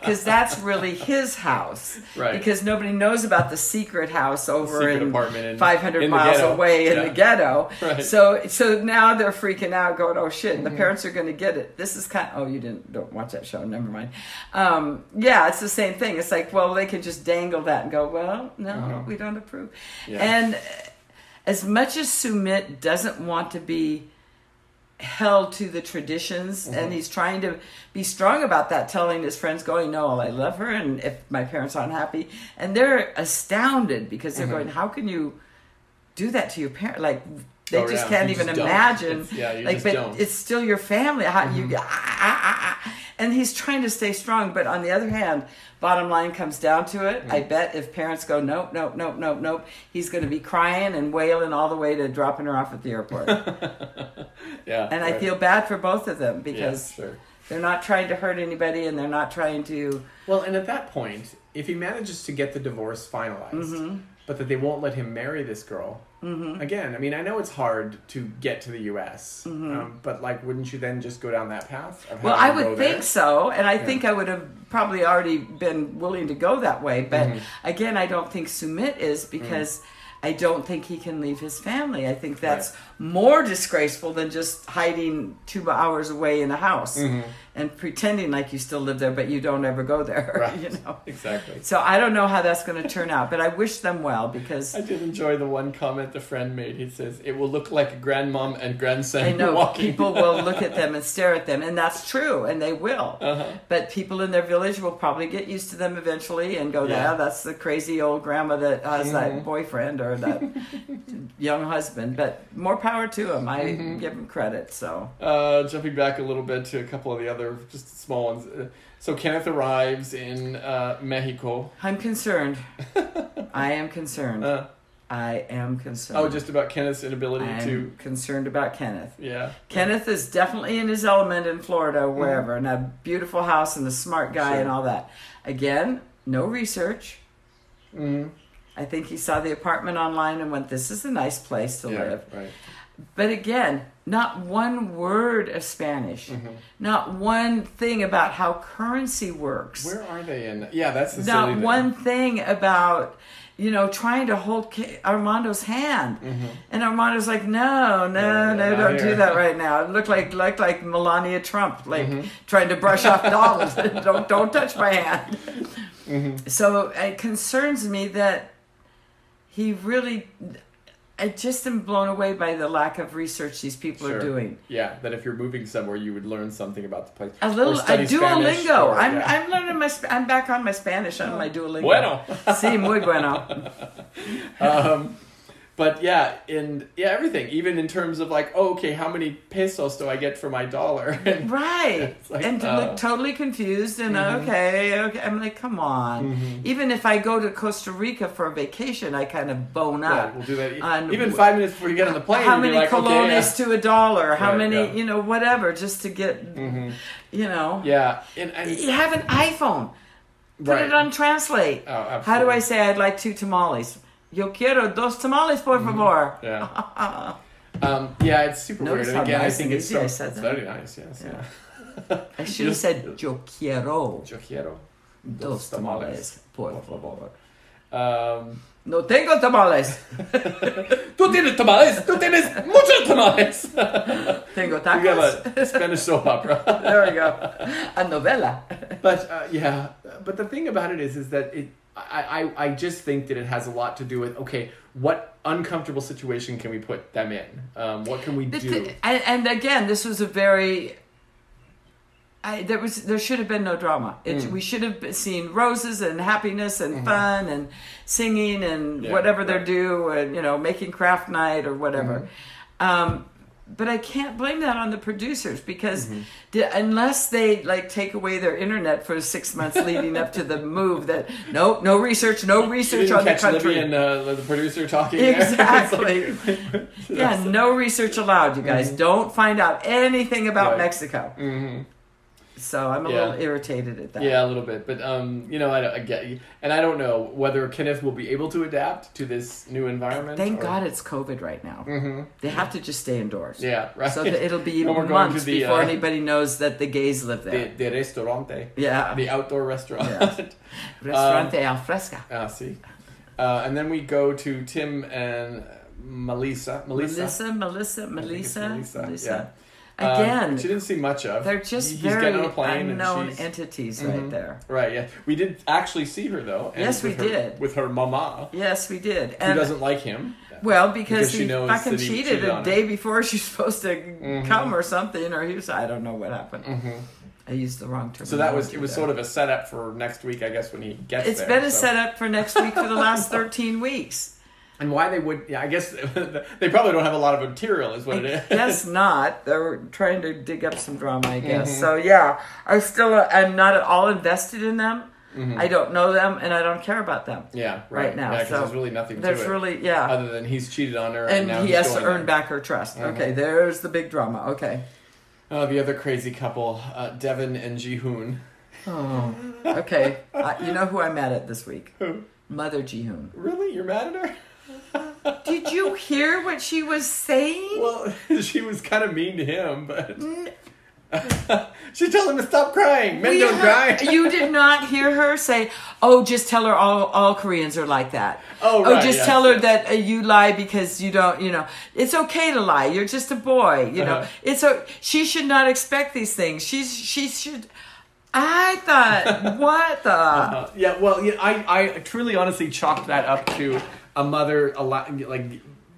Speaker 2: because that's really his house.
Speaker 4: Right.
Speaker 2: Because nobody knows about the secret house over
Speaker 4: Secret
Speaker 2: in,
Speaker 4: apartment in-
Speaker 2: 500
Speaker 4: in the
Speaker 2: miles
Speaker 4: ghetto.
Speaker 2: away in
Speaker 4: Yeah.
Speaker 2: the ghetto.
Speaker 4: Right.
Speaker 2: So so now they're freaking out, going, "Oh shit!" And the parents are going to get it. This is kind. oh, you didn't don't watch that show. Never mind. Um, yeah, it's the same thing. It's like, well, they could just dangle that and go, "Well, no,
Speaker 4: Uh-huh.
Speaker 2: we don't approve."
Speaker 4: Yeah.
Speaker 2: And uh, as much as Sumit doesn't want to be held to the traditions
Speaker 4: Mm-hmm.
Speaker 2: and he's trying to be strong about that telling his friends going no i love her and if my parents aren't happy and they're astounded because
Speaker 4: Mm-hmm.
Speaker 2: they're going how can you do that to your parent like they
Speaker 4: Oh,
Speaker 2: just
Speaker 4: yeah.
Speaker 2: can't
Speaker 4: You
Speaker 2: even
Speaker 4: just don't.
Speaker 2: imagine
Speaker 4: It's- yeah, you
Speaker 2: like
Speaker 4: just
Speaker 2: but
Speaker 4: don't. Mm-hmm.
Speaker 2: it's still your family how you ah, ah, ah, ah. and he's trying to stay strong but on the other hand bottom line comes down to it
Speaker 4: Mm-hmm.
Speaker 2: i bet if parents go nope nope nope nope nope he's going to be crying and wailing all the way to dropping her off at the airport
Speaker 4: yeah,
Speaker 2: and I
Speaker 4: right.
Speaker 2: feel bad for both of them
Speaker 4: Yeah,
Speaker 2: because
Speaker 4: sure.
Speaker 2: they're not trying to hurt anybody and they're not trying to.
Speaker 4: Well, and at that point, if he manages to get the divorce finalized,
Speaker 2: Mm-hmm.
Speaker 4: but that they won't let him marry this girl, again, I mean, I know it's hard to get to the U.S., um, but like, wouldn't you then just go down that path? Of
Speaker 2: Mm-hmm. Well, I
Speaker 4: having to
Speaker 2: would
Speaker 4: go
Speaker 2: think so, and I think I would have probably already been willing to go that way. But
Speaker 4: Mm-hmm.
Speaker 2: again, I don't think Sumit is because.
Speaker 4: Mm.
Speaker 2: I don't think he can leave his family. I think that's more disgraceful than just hiding two hours away in a house
Speaker 4: Mm-hmm.
Speaker 2: and pretending like you still live there, but you don't ever go there.
Speaker 4: there? Right.
Speaker 2: You know.
Speaker 4: exactly.
Speaker 2: So I don't know how that's going to turn out, but I wish them well because
Speaker 4: I did enjoy the one comment the friend made. He says, "It will look like grandmom and grandson
Speaker 2: I know
Speaker 4: walking."
Speaker 2: people will look at them and stare at them, and that's true, and they will.
Speaker 4: Uh-huh.
Speaker 2: But people in their village will probably get used to them eventually and go,
Speaker 4: Yeah. Mm-hmm.
Speaker 2: "Yeah, that's the crazy old grandma that has that boyfriend or that young husband." But more power to him. I
Speaker 4: Mm-hmm.
Speaker 2: give him credit. So
Speaker 4: Uh, jumping back a little bit to a couple of the other just small ones. Uh, So Kenneth arrives in uh, Mexico.
Speaker 2: I'm concerned. I am concerned.
Speaker 4: Uh,
Speaker 2: I am concerned.
Speaker 4: oh, just about Kenneth's inability
Speaker 2: Hmm. I'm
Speaker 4: to.
Speaker 2: concerned about Kenneth.
Speaker 4: Yeah.
Speaker 2: Kenneth is definitely in his element in Florida, or wherever, in a beautiful house and a smart guy
Speaker 4: Mm-hmm. Sure.
Speaker 2: and all that. Again, no research.
Speaker 4: Mm.
Speaker 2: I think he saw the apartment online and went, This is a nice place to
Speaker 4: Yeah.
Speaker 2: live.
Speaker 4: Right.
Speaker 2: But again, not one word of Spanish,
Speaker 4: Mm-hmm.
Speaker 2: not one thing about how currency works
Speaker 4: Where are they in? Yeah, that's the
Speaker 2: not
Speaker 4: silly thing.
Speaker 2: one thing about you know trying to hold K- Armando's hand, and Armando's like, no, no,
Speaker 4: Yeah, yeah,
Speaker 2: no,
Speaker 4: Mm-hmm. not
Speaker 2: don't do
Speaker 4: here."
Speaker 2: that right now. It looked like looked like Melania Trump, like
Speaker 4: Mm-hmm.
Speaker 2: trying to brush off dollars. don't don't touch my hand.
Speaker 4: Mm-hmm.
Speaker 2: So it concerns me that he really. I just am blown away by the lack of research these people
Speaker 4: Sure.
Speaker 2: are doing.
Speaker 4: Yeah, that if you're moving somewhere, you would learn something about the place.
Speaker 2: A
Speaker 4: Or
Speaker 2: little, I
Speaker 4: study Spanish,
Speaker 2: Duolingo.
Speaker 4: or-
Speaker 2: I'm,
Speaker 4: yeah.
Speaker 2: I'm learning my, Sp- I'm back on my Spanish on my Duolingo.
Speaker 4: Bueno.
Speaker 2: Sí, muy bueno.
Speaker 4: um, but yeah, and yeah, everything. Even in terms of like, oh, okay, how many pesos do I get for my dollar? And
Speaker 2: Right.
Speaker 4: It's like,
Speaker 2: and
Speaker 4: uh, mm-hmm.
Speaker 2: look totally confused and okay, okay. I'm like, come on. Even if I go to Costa Rica for a vacation, I kind of bone
Speaker 4: yeah,
Speaker 2: up.
Speaker 4: we'll do that. E-
Speaker 2: On-
Speaker 4: Even five minutes before you get on the plane,
Speaker 2: How
Speaker 4: you're
Speaker 2: many
Speaker 4: like,
Speaker 2: colones
Speaker 4: okay, yeah.
Speaker 2: to a dollar? How
Speaker 4: Right,
Speaker 2: many,
Speaker 4: yeah. Mm-hmm.
Speaker 2: you know, whatever, just to get, you know.
Speaker 4: Yeah, and, and
Speaker 2: You have an iPhone. Put
Speaker 4: right.
Speaker 2: it on translate.
Speaker 4: Oh, absolutely.
Speaker 2: How do I say I'd like two tamales? Yo quiero dos tamales,
Speaker 4: Mm-hmm.
Speaker 2: por favor.
Speaker 4: Yeah. um, yeah, it's super
Speaker 2: Notice
Speaker 4: weird.
Speaker 2: how
Speaker 4: And again,
Speaker 2: nice
Speaker 4: I think
Speaker 2: and
Speaker 4: it's
Speaker 2: easy
Speaker 4: so,
Speaker 2: I said
Speaker 4: it's
Speaker 2: that.
Speaker 4: very nice. Yes. Yeah.
Speaker 2: I should have
Speaker 4: Just-
Speaker 2: said yo quiero
Speaker 4: Yo quiero
Speaker 2: dos tamales, por
Speaker 4: por
Speaker 2: favor.
Speaker 4: favor. Um,
Speaker 2: No tengo tamales.
Speaker 4: Tú tienes tamales. Tú tienes muchos tamales.
Speaker 2: Tengo
Speaker 4: we
Speaker 2: tacos.
Speaker 4: have a Spanish soap opera.
Speaker 2: there we go. A novella.
Speaker 4: but uh, yeah, but the thing about it is, is that it. I, I, I just think that it has a lot to do with okay, what uncomfortable situation can we put them in? Um, what can we
Speaker 2: The
Speaker 4: do?
Speaker 2: thi- and, and again, this was a very. I, there was there should have been no drama. It, We should have been- seen roses and happiness and fun and singing and
Speaker 4: Yeah,
Speaker 2: whatever they're
Speaker 4: right.
Speaker 2: due and you know making craft night or whatever. Um, but I can't blame that on the producers because
Speaker 4: Mm-hmm.
Speaker 2: di- unless they like take away their internet for six months leading up to the move, that no no research, no
Speaker 4: You
Speaker 2: research
Speaker 4: didn't
Speaker 2: on the
Speaker 4: catch
Speaker 2: country.
Speaker 4: Libby and uh, the producer talking
Speaker 2: Exactly.
Speaker 4: There. It's like- Mm-hmm.
Speaker 2: Yeah, no research allowed, you guys. Don't find out anything about
Speaker 4: Right.
Speaker 2: Mexico.
Speaker 4: Mhm.
Speaker 2: So I'm a
Speaker 4: Yeah.
Speaker 2: little irritated at that.
Speaker 4: Yeah, a little bit, but um, you know, I, don't, I get, and I don't know whether Kenneth will be able to adapt to this new environment.
Speaker 2: Thank
Speaker 4: or-
Speaker 2: God it's COVID right now. Mm-hmm. They have to just stay indoors.
Speaker 4: Yeah, right.
Speaker 2: So that it'll be
Speaker 4: When we're going to
Speaker 2: months
Speaker 4: the,
Speaker 2: before
Speaker 4: uh,
Speaker 2: anybody knows that the gays live
Speaker 4: the,
Speaker 2: there.
Speaker 4: the restaurante,
Speaker 2: yeah.
Speaker 4: the uh, outdoor restaurant.
Speaker 2: Yeah. Restaurante al fresca.
Speaker 4: Ah, see. Uh, and then we go to Tim and Melissa. Melissa.
Speaker 2: Melissa, Melissa,
Speaker 4: I think it's
Speaker 2: Melissa,
Speaker 4: Melissa,
Speaker 2: Melissa.
Speaker 4: yeah. Um,
Speaker 2: Again,
Speaker 4: she didn't see much of.
Speaker 2: they're just
Speaker 4: He- he's
Speaker 2: very
Speaker 4: getting on a plane
Speaker 2: unknown
Speaker 4: and she's,
Speaker 2: entities
Speaker 4: Mhm.
Speaker 2: right there.
Speaker 4: Right, yeah. We did actually see her, though. and
Speaker 2: Yes,
Speaker 4: with
Speaker 2: we
Speaker 4: her-
Speaker 2: did.
Speaker 4: With her mama,
Speaker 2: Yes, we did.
Speaker 4: who doesn't like him.
Speaker 2: Well, because,
Speaker 4: Because she
Speaker 2: he
Speaker 4: knows
Speaker 2: fucking
Speaker 4: that he
Speaker 2: cheated,
Speaker 4: cheated on
Speaker 2: a
Speaker 4: her. Mm-hmm.
Speaker 2: day before she's supposed to come or something, or he was, I don't know what happened. I used the wrong term.
Speaker 4: So that was, it was sort of a setup for next week, I guess, when he gets
Speaker 2: It's
Speaker 4: there.
Speaker 2: been a
Speaker 4: so.
Speaker 2: setup for next week for the last 13 weeks.
Speaker 4: And why they would, yeah, I guess they probably don't have a lot of material, is what it is.
Speaker 2: Guess not. They're trying to dig up some drama, I guess.
Speaker 4: Mm-hmm.
Speaker 2: So yeah, I still, I'm not at all invested in them.
Speaker 4: Mm-hmm.
Speaker 2: I don't know them, and I don't care about them.
Speaker 4: Yeah, right,
Speaker 2: Right now,
Speaker 4: Yeah, because
Speaker 2: so
Speaker 4: there's really nothing
Speaker 2: There's
Speaker 4: to it.
Speaker 2: really, yeah.
Speaker 4: other than he's cheated on her, and,
Speaker 2: and
Speaker 4: now
Speaker 2: he
Speaker 4: he's
Speaker 2: has to
Speaker 4: going Mm-hmm.
Speaker 2: earn
Speaker 4: there.
Speaker 2: back her trust. Okay, there's the big drama. Okay.
Speaker 4: Uh, the other crazy couple, uh, Devin and Jihoon.
Speaker 2: Oh, okay. I, you know who I'm mad at this week?
Speaker 4: Who?
Speaker 2: Mother Jihoon.
Speaker 4: Really, you're mad at her?
Speaker 2: Did you hear what she was saying?
Speaker 4: Well, she was kind of mean to him, but she told him to stop crying. Men
Speaker 2: Mm. We
Speaker 4: don't
Speaker 2: heard-
Speaker 4: cry.
Speaker 2: you did not hear her say, "Oh, just tell her all all Koreans are like that."
Speaker 4: Oh,
Speaker 2: oh,
Speaker 4: right,
Speaker 2: just
Speaker 4: yes,
Speaker 2: tell her
Speaker 4: yes.
Speaker 2: that uh, you lie because you don't. You know, it's okay to lie. You're just a boy. You know,
Speaker 4: Uh-huh.
Speaker 2: it's a. She should not expect these things. She's she should. I thought, what the?
Speaker 4: Uh, yeah, well, yeah, I, I truly, honestly chalked that up to a mother, a lot, like.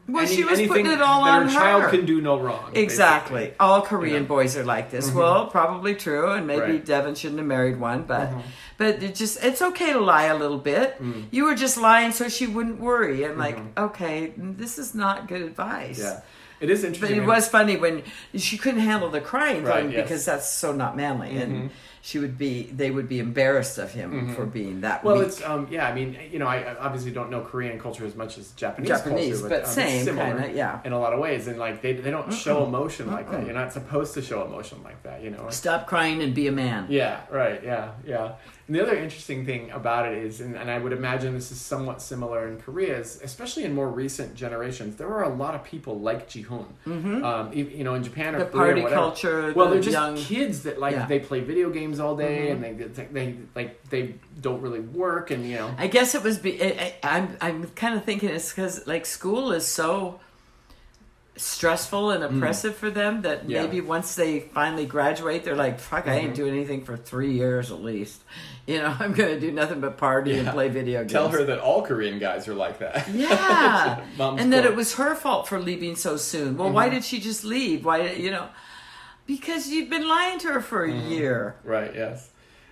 Speaker 2: Well,
Speaker 4: any-
Speaker 2: she was
Speaker 4: anything
Speaker 2: putting it all
Speaker 4: that
Speaker 2: on
Speaker 4: her. child
Speaker 2: her.
Speaker 4: can do no wrong.
Speaker 2: Exactly.
Speaker 4: basically.
Speaker 2: All Korean
Speaker 4: You know? Mm-hmm.
Speaker 2: boys are like this. Well, probably true, and maybe
Speaker 4: Right. Mm-hmm.
Speaker 2: Devin shouldn't have married one, but but it just it's okay to lie a little bit.
Speaker 4: Mm.
Speaker 2: You were just lying so she wouldn't worry. And like, okay, this is not good advice.
Speaker 4: Mm-hmm. Yeah, it is
Speaker 2: But
Speaker 4: interesting.
Speaker 2: it was funny when she couldn't handle the crying
Speaker 4: Right,
Speaker 2: thing
Speaker 4: yes. Mm-hmm.
Speaker 2: because that's so not manly, and she would be they would be embarrassed of him for being that.
Speaker 4: Well,
Speaker 2: weak.
Speaker 4: it's um, yeah. I mean, you know, I I obviously don't know Korean culture as much as Japanese,
Speaker 2: Japanese,
Speaker 4: culture,
Speaker 2: but
Speaker 4: um, it's
Speaker 2: same
Speaker 4: similar
Speaker 2: kinda, yeah.
Speaker 4: In a lot of ways, and like they they don't show emotion like that. You're not supposed to show emotion like that. You know.
Speaker 2: stop crying and be a man.
Speaker 4: Yeah. Right. Yeah. Yeah. And the other interesting thing about it is, and, and I would imagine this is somewhat similar in Korea, is especially in more recent generations, there were a lot of people like Jihoon. Mm-hmm. Um, e- you know, in Japan or
Speaker 2: The
Speaker 4: Korea,
Speaker 2: party
Speaker 4: whatever.
Speaker 2: culture,
Speaker 4: Well,
Speaker 2: the
Speaker 4: they're just
Speaker 2: young-
Speaker 4: kids that like
Speaker 2: Yeah. Mm-hmm.
Speaker 4: they play video games all day and they, they they like they don't really work and you know.
Speaker 2: I guess it was. Be, I, I, I'm I'm kind of thinking it's because like school is so stressful and oppressive for them that
Speaker 4: Hmm. Yeah. Mm-hmm.
Speaker 2: maybe once they finally graduate, they're like, fuck, I ain't doing anything for three years at least. You know, I'm going to do nothing but party and
Speaker 4: Yeah.
Speaker 2: play video games.
Speaker 4: Tell her that all Korean guys are like that.
Speaker 2: Yeah.
Speaker 4: Mom's Mm-hmm.
Speaker 2: and that
Speaker 4: quote.
Speaker 2: it was her fault for leaving so soon. Well, why did she just leave? Why, you know, because you've been lying to her for a
Speaker 4: Mm-hmm.
Speaker 2: year.
Speaker 4: Right. Yes.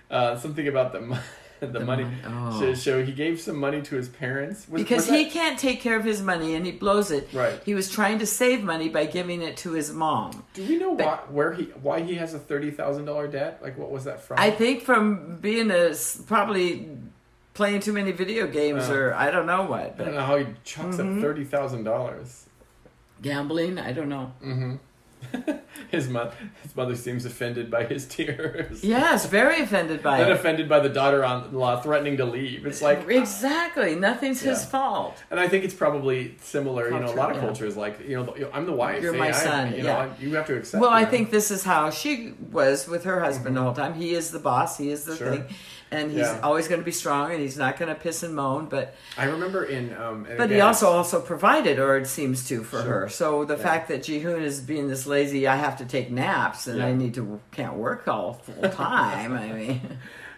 Speaker 4: Uh, something about the mo- the, money.
Speaker 2: mon-
Speaker 4: So,
Speaker 2: oh.
Speaker 4: so he gave some money to his parents Was-
Speaker 2: Because
Speaker 4: was that-
Speaker 2: he can't take care of his money and he blows it.
Speaker 4: Right.
Speaker 2: He was trying to save money by giving it to his mom.
Speaker 4: Do we know why, where he why he has a thirty thousand dollar debt? Like, what was that from?
Speaker 2: I think from being a s- probably playing too many video games
Speaker 4: Uh.
Speaker 2: or I don't know what,
Speaker 4: I don't
Speaker 2: but
Speaker 4: know how he chucks
Speaker 2: Mm-hmm.
Speaker 4: up thirty thousand dollars. Mm-hmm.
Speaker 2: gambling, I don't know.
Speaker 4: His mother, his mother seems offended by his tears.
Speaker 2: Yes, very offended by
Speaker 4: Then
Speaker 2: it.
Speaker 4: offended by the daughter-in-law threatening to leave. It's like,
Speaker 2: exactly, nothing's his
Speaker 4: Yeah.
Speaker 2: fault.
Speaker 4: and I think it's probably similar. you know, a
Speaker 2: Culture,
Speaker 4: lot of
Speaker 2: yeah.
Speaker 4: cultures like you know, the- I'm the wife.
Speaker 2: You're
Speaker 4: hey,
Speaker 2: my
Speaker 4: I-
Speaker 2: son,
Speaker 4: You know,
Speaker 2: yeah.
Speaker 4: I- you have to accept.
Speaker 2: Well, I
Speaker 4: you know.
Speaker 2: think this is how she was with her husband the whole time. He is the boss. He is the
Speaker 4: Mm-hmm. Sure.
Speaker 2: thing, and he's
Speaker 4: Yeah.
Speaker 2: always going to be strong, and he's not going to piss and moan. But
Speaker 4: I remember in. Um, and
Speaker 2: but he
Speaker 4: again,
Speaker 2: also also provided, or it seems to for
Speaker 4: Sure.
Speaker 2: her. So the fact that Jihoon is being this lazy, I have to take naps, and I
Speaker 4: Yeah.
Speaker 2: need to can't work all full time. I mean,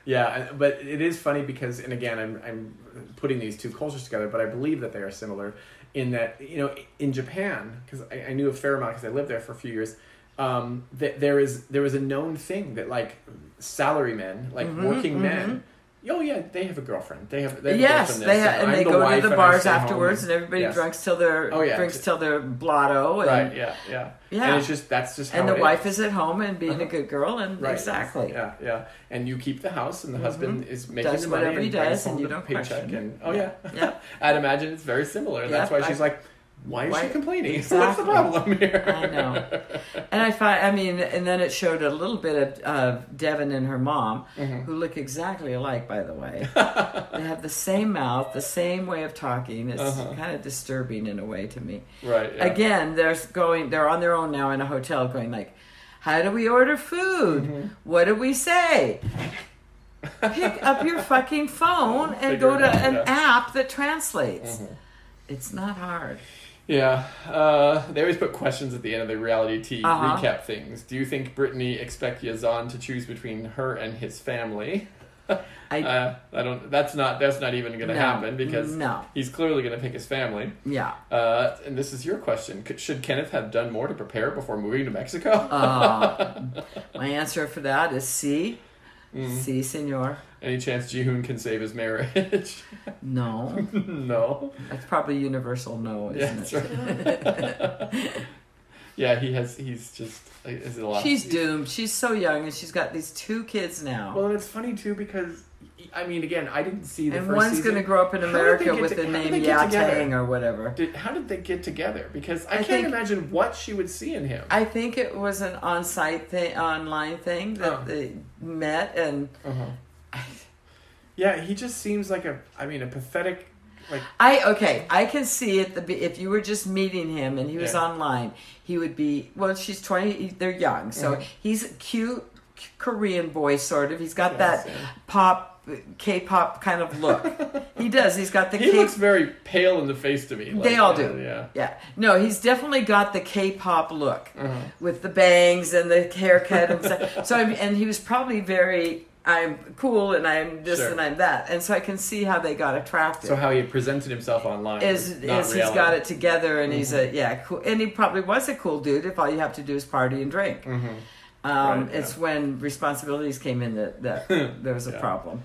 Speaker 4: Yeah, and- but it is funny because, and again, I'm, I'm putting these two cultures together, but I believe that they are similar in that, you know, in Japan, because I, I knew a fair amount because I lived there for a few years, um, that there is there is a known thing that like salary men, like
Speaker 2: Mm-hmm,
Speaker 4: working men, oh yeah, they have a girlfriend. They have, they have a
Speaker 2: yes,
Speaker 4: girlfriend
Speaker 2: they
Speaker 4: this,
Speaker 2: ha- and
Speaker 4: I'm
Speaker 2: they
Speaker 4: the
Speaker 2: go to
Speaker 4: wife and
Speaker 2: the
Speaker 4: I
Speaker 2: bars
Speaker 4: stay home
Speaker 2: afterwards, and everybody
Speaker 4: yes.
Speaker 2: drinks till their
Speaker 4: Oh, yeah.
Speaker 2: drinks till their blotto, and
Speaker 4: Right, yeah, yeah.
Speaker 2: Yeah.
Speaker 4: And it's just, that's just how
Speaker 2: and the
Speaker 4: it is. Uh-huh.
Speaker 2: wife is at home and being a good girl, and
Speaker 4: Right.
Speaker 2: exactly. Mm-hmm.
Speaker 4: Yeah, yeah. And you keep the house, and the husband is making
Speaker 2: Does
Speaker 4: the money
Speaker 2: whatever he
Speaker 4: and brings
Speaker 2: does, and
Speaker 4: home
Speaker 2: you
Speaker 4: the
Speaker 2: don't
Speaker 4: paycheck.
Speaker 2: question.
Speaker 4: And oh yeah,
Speaker 2: Yeah.
Speaker 4: I'd imagine it's very similar. That's
Speaker 2: Yeah,
Speaker 4: why she's
Speaker 2: I-
Speaker 4: like, why is
Speaker 2: why-
Speaker 4: she complaining? What's the
Speaker 2: Exactly.
Speaker 4: problem here?
Speaker 2: I know. And I find, I mean, and then it showed a little bit of, of Devin and her mom,
Speaker 4: Mm-hmm.
Speaker 2: who look exactly alike, by the way. they have the same mouth, the same way of talking. It's
Speaker 4: Uh-huh.
Speaker 2: kind of disturbing in a way to me.
Speaker 4: Right. Yeah.
Speaker 2: Again, they're s- going, they're on their own now in a hotel, going like, "How do we order food?
Speaker 4: Mm-hmm.
Speaker 2: What do we say?" Pick up your fucking phone and
Speaker 4: Figure
Speaker 2: go
Speaker 4: it
Speaker 2: to
Speaker 4: out,
Speaker 2: an
Speaker 4: yeah. Mm-hmm.
Speaker 2: app that translates. It's not hard.
Speaker 4: Yeah. Uh, they always put questions at the end of the reality T
Speaker 2: Uh-huh.
Speaker 4: recap things. Do you think Brittany expect Yazan to choose between her and his family?
Speaker 2: I
Speaker 4: Uh, I don't. That's not. That's not even going to
Speaker 2: No.
Speaker 4: happen because
Speaker 2: No.
Speaker 4: he's clearly going to pick his family.
Speaker 2: yeah.
Speaker 4: Uh, and this is your question. Could, should Kenneth have done more to prepare before moving to Mexico?
Speaker 2: Uh, my answer for that is C.
Speaker 4: Mm-hmm.
Speaker 2: C, senor.
Speaker 4: Hmm. Any chance Jihoon can save his marriage?
Speaker 2: No.
Speaker 4: no.
Speaker 2: That's probably universal no, isn't
Speaker 4: Yeah, that's
Speaker 2: it?
Speaker 4: right. yeah, he has. He's just. Is it a lot?
Speaker 2: She's doomed. She's so young and she's got these two kids now.
Speaker 4: Well, and it's funny too because I mean, again, I didn't see the
Speaker 2: and
Speaker 4: first
Speaker 2: one's
Speaker 4: season.
Speaker 2: going to grow up in
Speaker 4: How did they
Speaker 2: America
Speaker 4: get
Speaker 2: with
Speaker 4: to-
Speaker 2: the
Speaker 4: how did
Speaker 2: name
Speaker 4: they get together?
Speaker 2: Yatang or whatever.
Speaker 4: Did, how did they get together? Because I,
Speaker 2: I
Speaker 4: can't
Speaker 2: think-
Speaker 4: imagine what she would see in him.
Speaker 2: I think it was an on site thing, online thing that
Speaker 4: Oh.
Speaker 2: they met and.
Speaker 4: uh-huh. Yeah, he just seems like a. I mean, a pathetic. Like
Speaker 2: I okay. I can see it. The be- if you were just meeting him and he was
Speaker 4: Yeah.
Speaker 2: online, he would be. Well, she's twenty. They're young, so
Speaker 4: Mhm.
Speaker 2: he's a cute c- Korean boy, sort of. He's got
Speaker 4: Yes,
Speaker 2: that
Speaker 4: yeah.
Speaker 2: pop, K-pop kind of look. he does. He's got the.
Speaker 4: he
Speaker 2: K-
Speaker 4: looks very pale in the face to me. Like,
Speaker 2: they all
Speaker 4: yeah,
Speaker 2: do.
Speaker 4: Yeah.
Speaker 2: Yeah. No, he's definitely got the K-pop look with the bangs and the haircut and stuff. so I'm, and he was probably very. I'm cool and I'm this
Speaker 4: Sure.
Speaker 2: and I'm that, and so I can see how they got attracted
Speaker 4: So how he presented himself online
Speaker 2: is
Speaker 4: was not
Speaker 2: is he's
Speaker 4: reality. Mm-hmm.
Speaker 2: got it together and he's a yeah cool and he probably was a cool dude if all you have to do is party and drink
Speaker 4: Mm-hmm.
Speaker 2: um,
Speaker 4: Right,
Speaker 2: it's
Speaker 4: yeah.
Speaker 2: when responsibilities came in that, that there was a
Speaker 4: Yeah.
Speaker 2: problem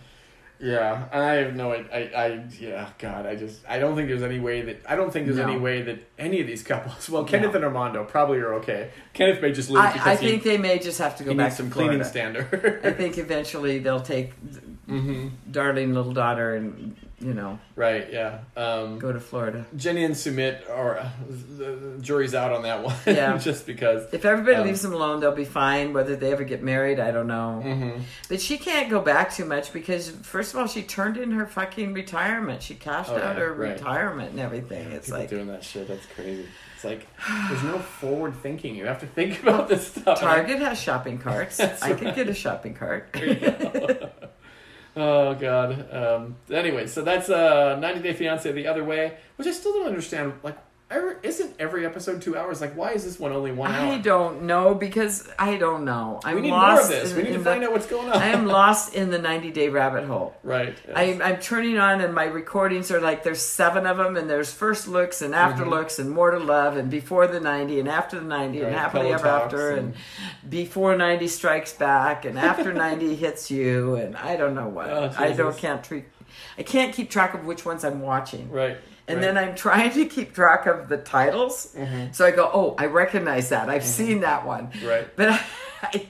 Speaker 4: Yeah, I have no. I, I, I, yeah, God, I just, I don't think there's any way that, I don't think there's
Speaker 2: No.
Speaker 4: any way that any of these couples. Well, Kenneth and Armando probably are okay. Kenneth may just leave because
Speaker 2: I, I
Speaker 4: he,
Speaker 2: think they may just have to go
Speaker 4: he
Speaker 2: back
Speaker 4: needs
Speaker 2: to
Speaker 4: some
Speaker 2: Florida.
Speaker 4: cleaning standard.
Speaker 2: I think eventually they'll take th-
Speaker 4: hmm
Speaker 2: darling little daughter and you know
Speaker 4: Right. Yeah. Um,
Speaker 2: go to Florida
Speaker 4: Jenny and Sumit are uh, the the jury's out on that one.
Speaker 2: Yeah.
Speaker 4: just because.
Speaker 2: if everybody
Speaker 4: Um,
Speaker 2: leaves them alone they'll be fine whether they ever get married I don't know
Speaker 4: hmm
Speaker 2: but she can't go back too much because first of all she turned in her fucking retirement she cashed
Speaker 4: Oh,
Speaker 2: out
Speaker 4: yeah,
Speaker 2: her
Speaker 4: right.
Speaker 2: retirement and everything it's
Speaker 4: People
Speaker 2: like
Speaker 4: doing that shit. That's crazy. It's like there's no forward thinking. You have to think about this stuff.
Speaker 2: Target has shopping carts.
Speaker 4: That's
Speaker 2: I could
Speaker 4: right.
Speaker 2: get a shopping cart.
Speaker 4: Oh god. Um, anyway, so that's uh, 90 Day Fiance the other way, which I still don't understand. Like, ever, isn't every episode two hours? Like, why is this one only one hour?
Speaker 2: I don't know because I don't know. I'm
Speaker 4: we need more of
Speaker 2: lost
Speaker 4: this.
Speaker 2: in-
Speaker 4: we need
Speaker 2: in
Speaker 4: to
Speaker 2: the-
Speaker 4: find out what's going on.
Speaker 2: I am lost in the 90 day rabbit hole.
Speaker 4: Right. yes.
Speaker 2: I'm, I'm turning on and my recordings are like there's seven of them and there's first looks and after
Speaker 4: Mm-hmm.
Speaker 2: looks and more to love and before the 90 and after the 90 and
Speaker 4: Right,
Speaker 2: happily
Speaker 4: pillow
Speaker 2: ever
Speaker 4: talks
Speaker 2: after and,
Speaker 4: and-
Speaker 2: before 90 strikes back and after 90 hits you and I don't know what
Speaker 4: Oh,
Speaker 2: I don't
Speaker 4: Jesus.
Speaker 2: can't treat I can't keep track of which ones I'm watching
Speaker 4: Right. Mm-hmm.
Speaker 2: and then I'm trying to keep track of the titles. So I go, oh, I recognize that. I've seen that one.
Speaker 4: Right.
Speaker 2: But I,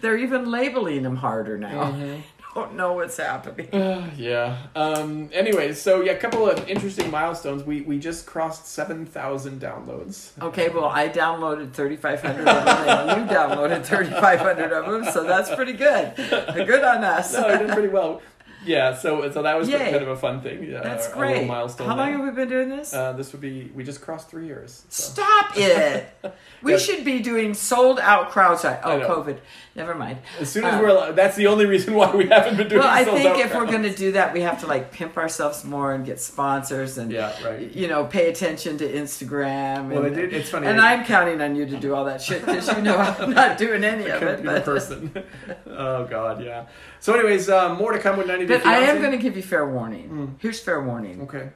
Speaker 2: they're even labeling them harder now.
Speaker 4: Mm-hmm.
Speaker 2: I don't know what's happening.
Speaker 4: yeah. Um. Anyways, so yeah, a couple of interesting milestones. We we just crossed seven thousand downloads.
Speaker 2: Okay, well, I downloaded 3,500 of them, and you downloaded 3,500 of them, so that's pretty good. Good on us.
Speaker 4: No, I did pretty well. Yeah. So so that was
Speaker 2: Yay.
Speaker 4: kind of a fun thing. Yeah,
Speaker 2: that's
Speaker 4: a, A
Speaker 2: great.
Speaker 4: little milestone.
Speaker 2: How long
Speaker 4: there.
Speaker 2: have we been doing this?
Speaker 4: Uh, this would be we just crossed three years. so.
Speaker 2: Stop it. We
Speaker 4: Yeah.
Speaker 2: should be doing sold out crowd size. Oh,
Speaker 4: I know.
Speaker 2: COVID. Never mind.
Speaker 4: As soon as
Speaker 2: Um,
Speaker 4: we're, al- that's the only reason why we haven't been doing.
Speaker 2: Well, I
Speaker 4: sold
Speaker 2: think
Speaker 4: out
Speaker 2: if we're
Speaker 4: rounds.
Speaker 2: going to do that, we have to like pimp ourselves more and get sponsors and
Speaker 4: Yeah, right.
Speaker 2: you know pay attention to Instagram.
Speaker 4: Well,
Speaker 2: and,
Speaker 4: they did- it's funny.
Speaker 2: and I'm counting on you to do all that shit because you know I'm not doing any of it.
Speaker 4: computer
Speaker 2: But,
Speaker 4: person. oh God, yeah. So, anyways, uh, more to Hmm. come with ninety Day
Speaker 2: but I am
Speaker 4: Fiancé.
Speaker 2: going to give you fair warning. Here's fair warning:
Speaker 4: Okay.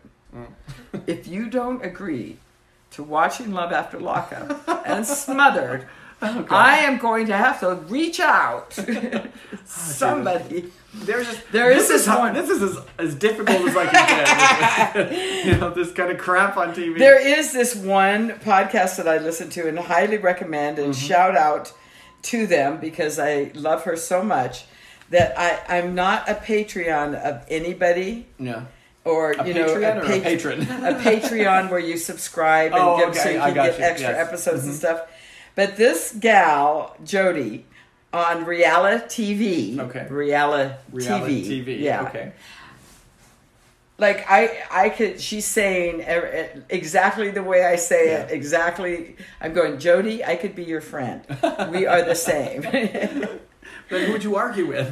Speaker 2: if you don't agree to watching Love After Lockup and Smothered.
Speaker 4: Oh,
Speaker 2: I am going to have to reach out
Speaker 4: Ah,
Speaker 2: somebody.
Speaker 4: There's just
Speaker 2: There is
Speaker 4: this
Speaker 2: this
Speaker 4: how-
Speaker 2: one-
Speaker 4: This is as, as difficult as I can get. you know, this kind of crap on TV.
Speaker 2: There is this one podcast that I listen to and highly recommend and
Speaker 4: Mm-hmm.
Speaker 2: shout out to them because I love her so much that I, I'm not a Patreon of anybody
Speaker 4: no.
Speaker 2: or
Speaker 4: A
Speaker 2: you know
Speaker 4: Patreon or a
Speaker 2: pat-
Speaker 4: patron?
Speaker 2: a Patreon where you subscribe and
Speaker 4: Oh,
Speaker 2: give so
Speaker 4: okay,
Speaker 2: you
Speaker 4: I
Speaker 2: can
Speaker 4: got
Speaker 2: get
Speaker 4: you,
Speaker 2: extra
Speaker 4: yes. Mm-hmm.
Speaker 2: episodes and stuff. But this gal Jody on reality TV,
Speaker 4: Okay.
Speaker 2: reality,
Speaker 4: Reality TV.
Speaker 2: yeah,
Speaker 4: Okay.
Speaker 2: like I I could she's saying er- exactly the way I say it
Speaker 4: Yeah.
Speaker 2: exactly I'm going Jody I could be your friend we are the same
Speaker 4: Then who would you argue with?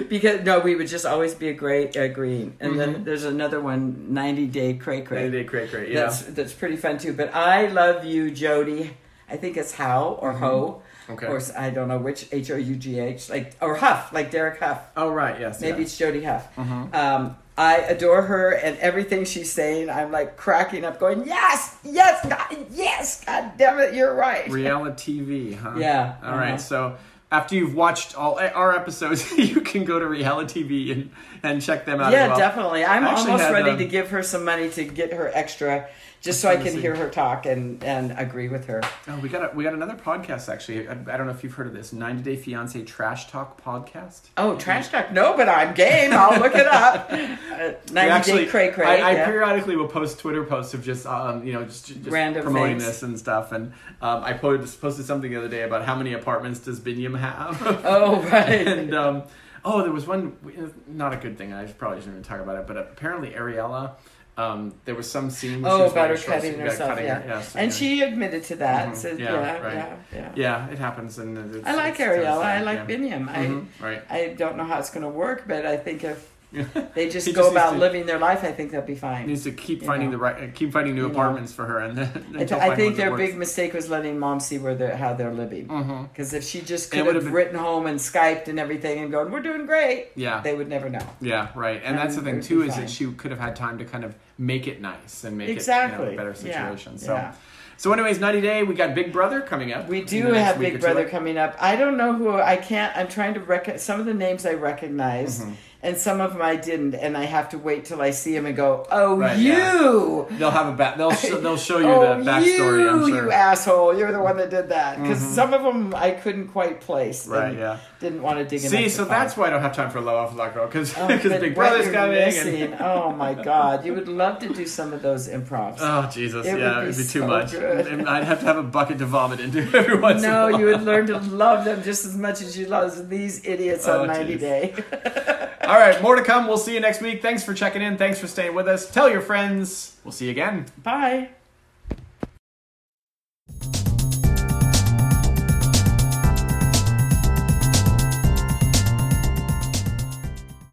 Speaker 2: because no we would just always be a great agreeing and then there's another one 90 day cray cray
Speaker 4: Great, great, great. Mm-hmm. Yeah.
Speaker 2: that's that's pretty fun too but I love you Jody I think it's how or ho
Speaker 4: Mm-hmm. Okay.
Speaker 2: or s- I don't know which H O U G H like or Huff like Derek Huff
Speaker 4: oh right. Yes.
Speaker 2: Maybe
Speaker 4: yeah. Mm-hmm.
Speaker 2: it's Jody Huff. Um, I adore her and everything she's saying. I'm like cracking up, going, "Yes, yes, God, yes, God damn it, you're right."
Speaker 4: reality TV, huh?
Speaker 2: Yeah,
Speaker 4: All right.
Speaker 2: uh-huh.
Speaker 4: So after you've watched all eh, our episodes, you can go to reality TV and and check them out. as
Speaker 2: yeah,
Speaker 4: well.
Speaker 2: definitely. I'm
Speaker 4: I actually
Speaker 2: almost
Speaker 4: had,
Speaker 2: ready
Speaker 4: um,
Speaker 2: to give her some money to get her extra, just so I
Speaker 4: trying to
Speaker 2: can
Speaker 4: see.
Speaker 2: hear her talk and and agree with her.
Speaker 4: Oh, we got a, we got another podcast actually. I, I don't know if you've heard of this 90 Day Fiance Trash Talk podcast.
Speaker 2: Oh, trash talk? No, but I'm game. I'll look it up. Uh, Ninety
Speaker 4: We
Speaker 2: day cray cray.
Speaker 4: I, I
Speaker 2: yeah.
Speaker 4: periodically will post Twitter posts of just um, you know just, just
Speaker 2: Random
Speaker 4: promoting
Speaker 2: things.
Speaker 4: this and stuff. And um, I posted posted something the other day about how many apartments does Binyam have.
Speaker 2: Oh, right.
Speaker 4: and um, oh, there was one not a good thing. I probably shouldn't even talk about it. But apparently Ariella. Um, there was some scene. where she
Speaker 2: oh,
Speaker 4: was
Speaker 2: about her
Speaker 4: wearing shorts
Speaker 2: cutting
Speaker 4: and got
Speaker 2: herself.
Speaker 4: cutting
Speaker 2: yeah.
Speaker 4: her- yeah, so,
Speaker 2: and
Speaker 4: yeah.
Speaker 2: she admitted to that.
Speaker 4: Mhm.
Speaker 2: So,
Speaker 4: Yeah,
Speaker 2: yeah,
Speaker 4: right.
Speaker 2: yeah, yeah.
Speaker 4: Yeah, it happens, and it's,
Speaker 2: I like
Speaker 4: it's kind of
Speaker 2: Ariella. I
Speaker 4: sad,
Speaker 2: like
Speaker 4: yeah.
Speaker 2: Binyam.
Speaker 4: Mhm, right.
Speaker 2: I I don't know how it's going to work, but I think if they just
Speaker 4: He
Speaker 2: go
Speaker 4: just needs
Speaker 2: about
Speaker 4: to-
Speaker 2: living their life, I think they'll be fine.
Speaker 4: needs to keep
Speaker 2: You
Speaker 4: finding
Speaker 2: know.
Speaker 4: the right, keep finding new
Speaker 2: You know.
Speaker 4: apartments for her, and then
Speaker 2: I, th- I think their big mistake was letting mom see where they're how they're living.
Speaker 4: hmm
Speaker 2: Because if she just could
Speaker 4: It
Speaker 2: have
Speaker 4: would've been-
Speaker 2: written home and Skyped and everything and going, "We're doing great,"
Speaker 4: Yeah,
Speaker 2: they would never know.
Speaker 4: yeah, right. And,
Speaker 2: and
Speaker 4: that's the
Speaker 2: it
Speaker 4: thing
Speaker 2: would
Speaker 4: too
Speaker 2: be
Speaker 4: is
Speaker 2: fine.
Speaker 4: that she could have had time to kind of make it nice and make it you know,
Speaker 2: Exactly.
Speaker 4: a better
Speaker 2: Yeah,
Speaker 4: situation. So,
Speaker 2: yeah.
Speaker 4: so anyways, ninety day. We got Big Brother coming up.
Speaker 2: We
Speaker 4: in
Speaker 2: do
Speaker 4: the next
Speaker 2: have
Speaker 4: week or
Speaker 2: Big
Speaker 4: two.
Speaker 2: Brother coming up. I don't know who I can't. I'm trying to rec- some of the names I recognize,
Speaker 4: Mm-hmm.
Speaker 2: and some of them I didn't, and I have to wait till I see them and go, "Oh,
Speaker 4: Right,
Speaker 2: you."
Speaker 4: yeah. They'll have a back. They'll sh- they'll show you the
Speaker 2: Oh,
Speaker 4: backstory.
Speaker 2: You,
Speaker 4: I'm sure. Mm-hmm.
Speaker 2: you asshole! You're the one that did that because some of them I couldn't quite place. and
Speaker 4: Right, yeah.
Speaker 2: Didn't want to dig.
Speaker 4: See,
Speaker 2: enough
Speaker 4: so
Speaker 2: to
Speaker 4: that's
Speaker 2: find.
Speaker 4: why I don't have time for Love Off Lock Roll because
Speaker 2: Oh, but
Speaker 4: Big
Speaker 2: what
Speaker 4: Brother's
Speaker 2: you're
Speaker 4: coming.
Speaker 2: missing.
Speaker 4: And,
Speaker 2: Oh my god! You would love to do some of those improvs.
Speaker 4: oh Jesus,
Speaker 2: It
Speaker 4: yeah,
Speaker 2: would be
Speaker 4: it would be too
Speaker 2: so
Speaker 4: much.
Speaker 2: good.
Speaker 4: And I'd have to have a bucket to vomit into every once. in a
Speaker 2: no,
Speaker 4: while.
Speaker 2: you would learn to love them just as much as you love these idiots
Speaker 4: Oh,
Speaker 2: on 90
Speaker 4: geez.
Speaker 2: Day.
Speaker 4: All right, more to come. We'll see you next week. Thanks for checking in. Thanks for staying with us. Tell your friends. We'll see you again.
Speaker 2: Bye.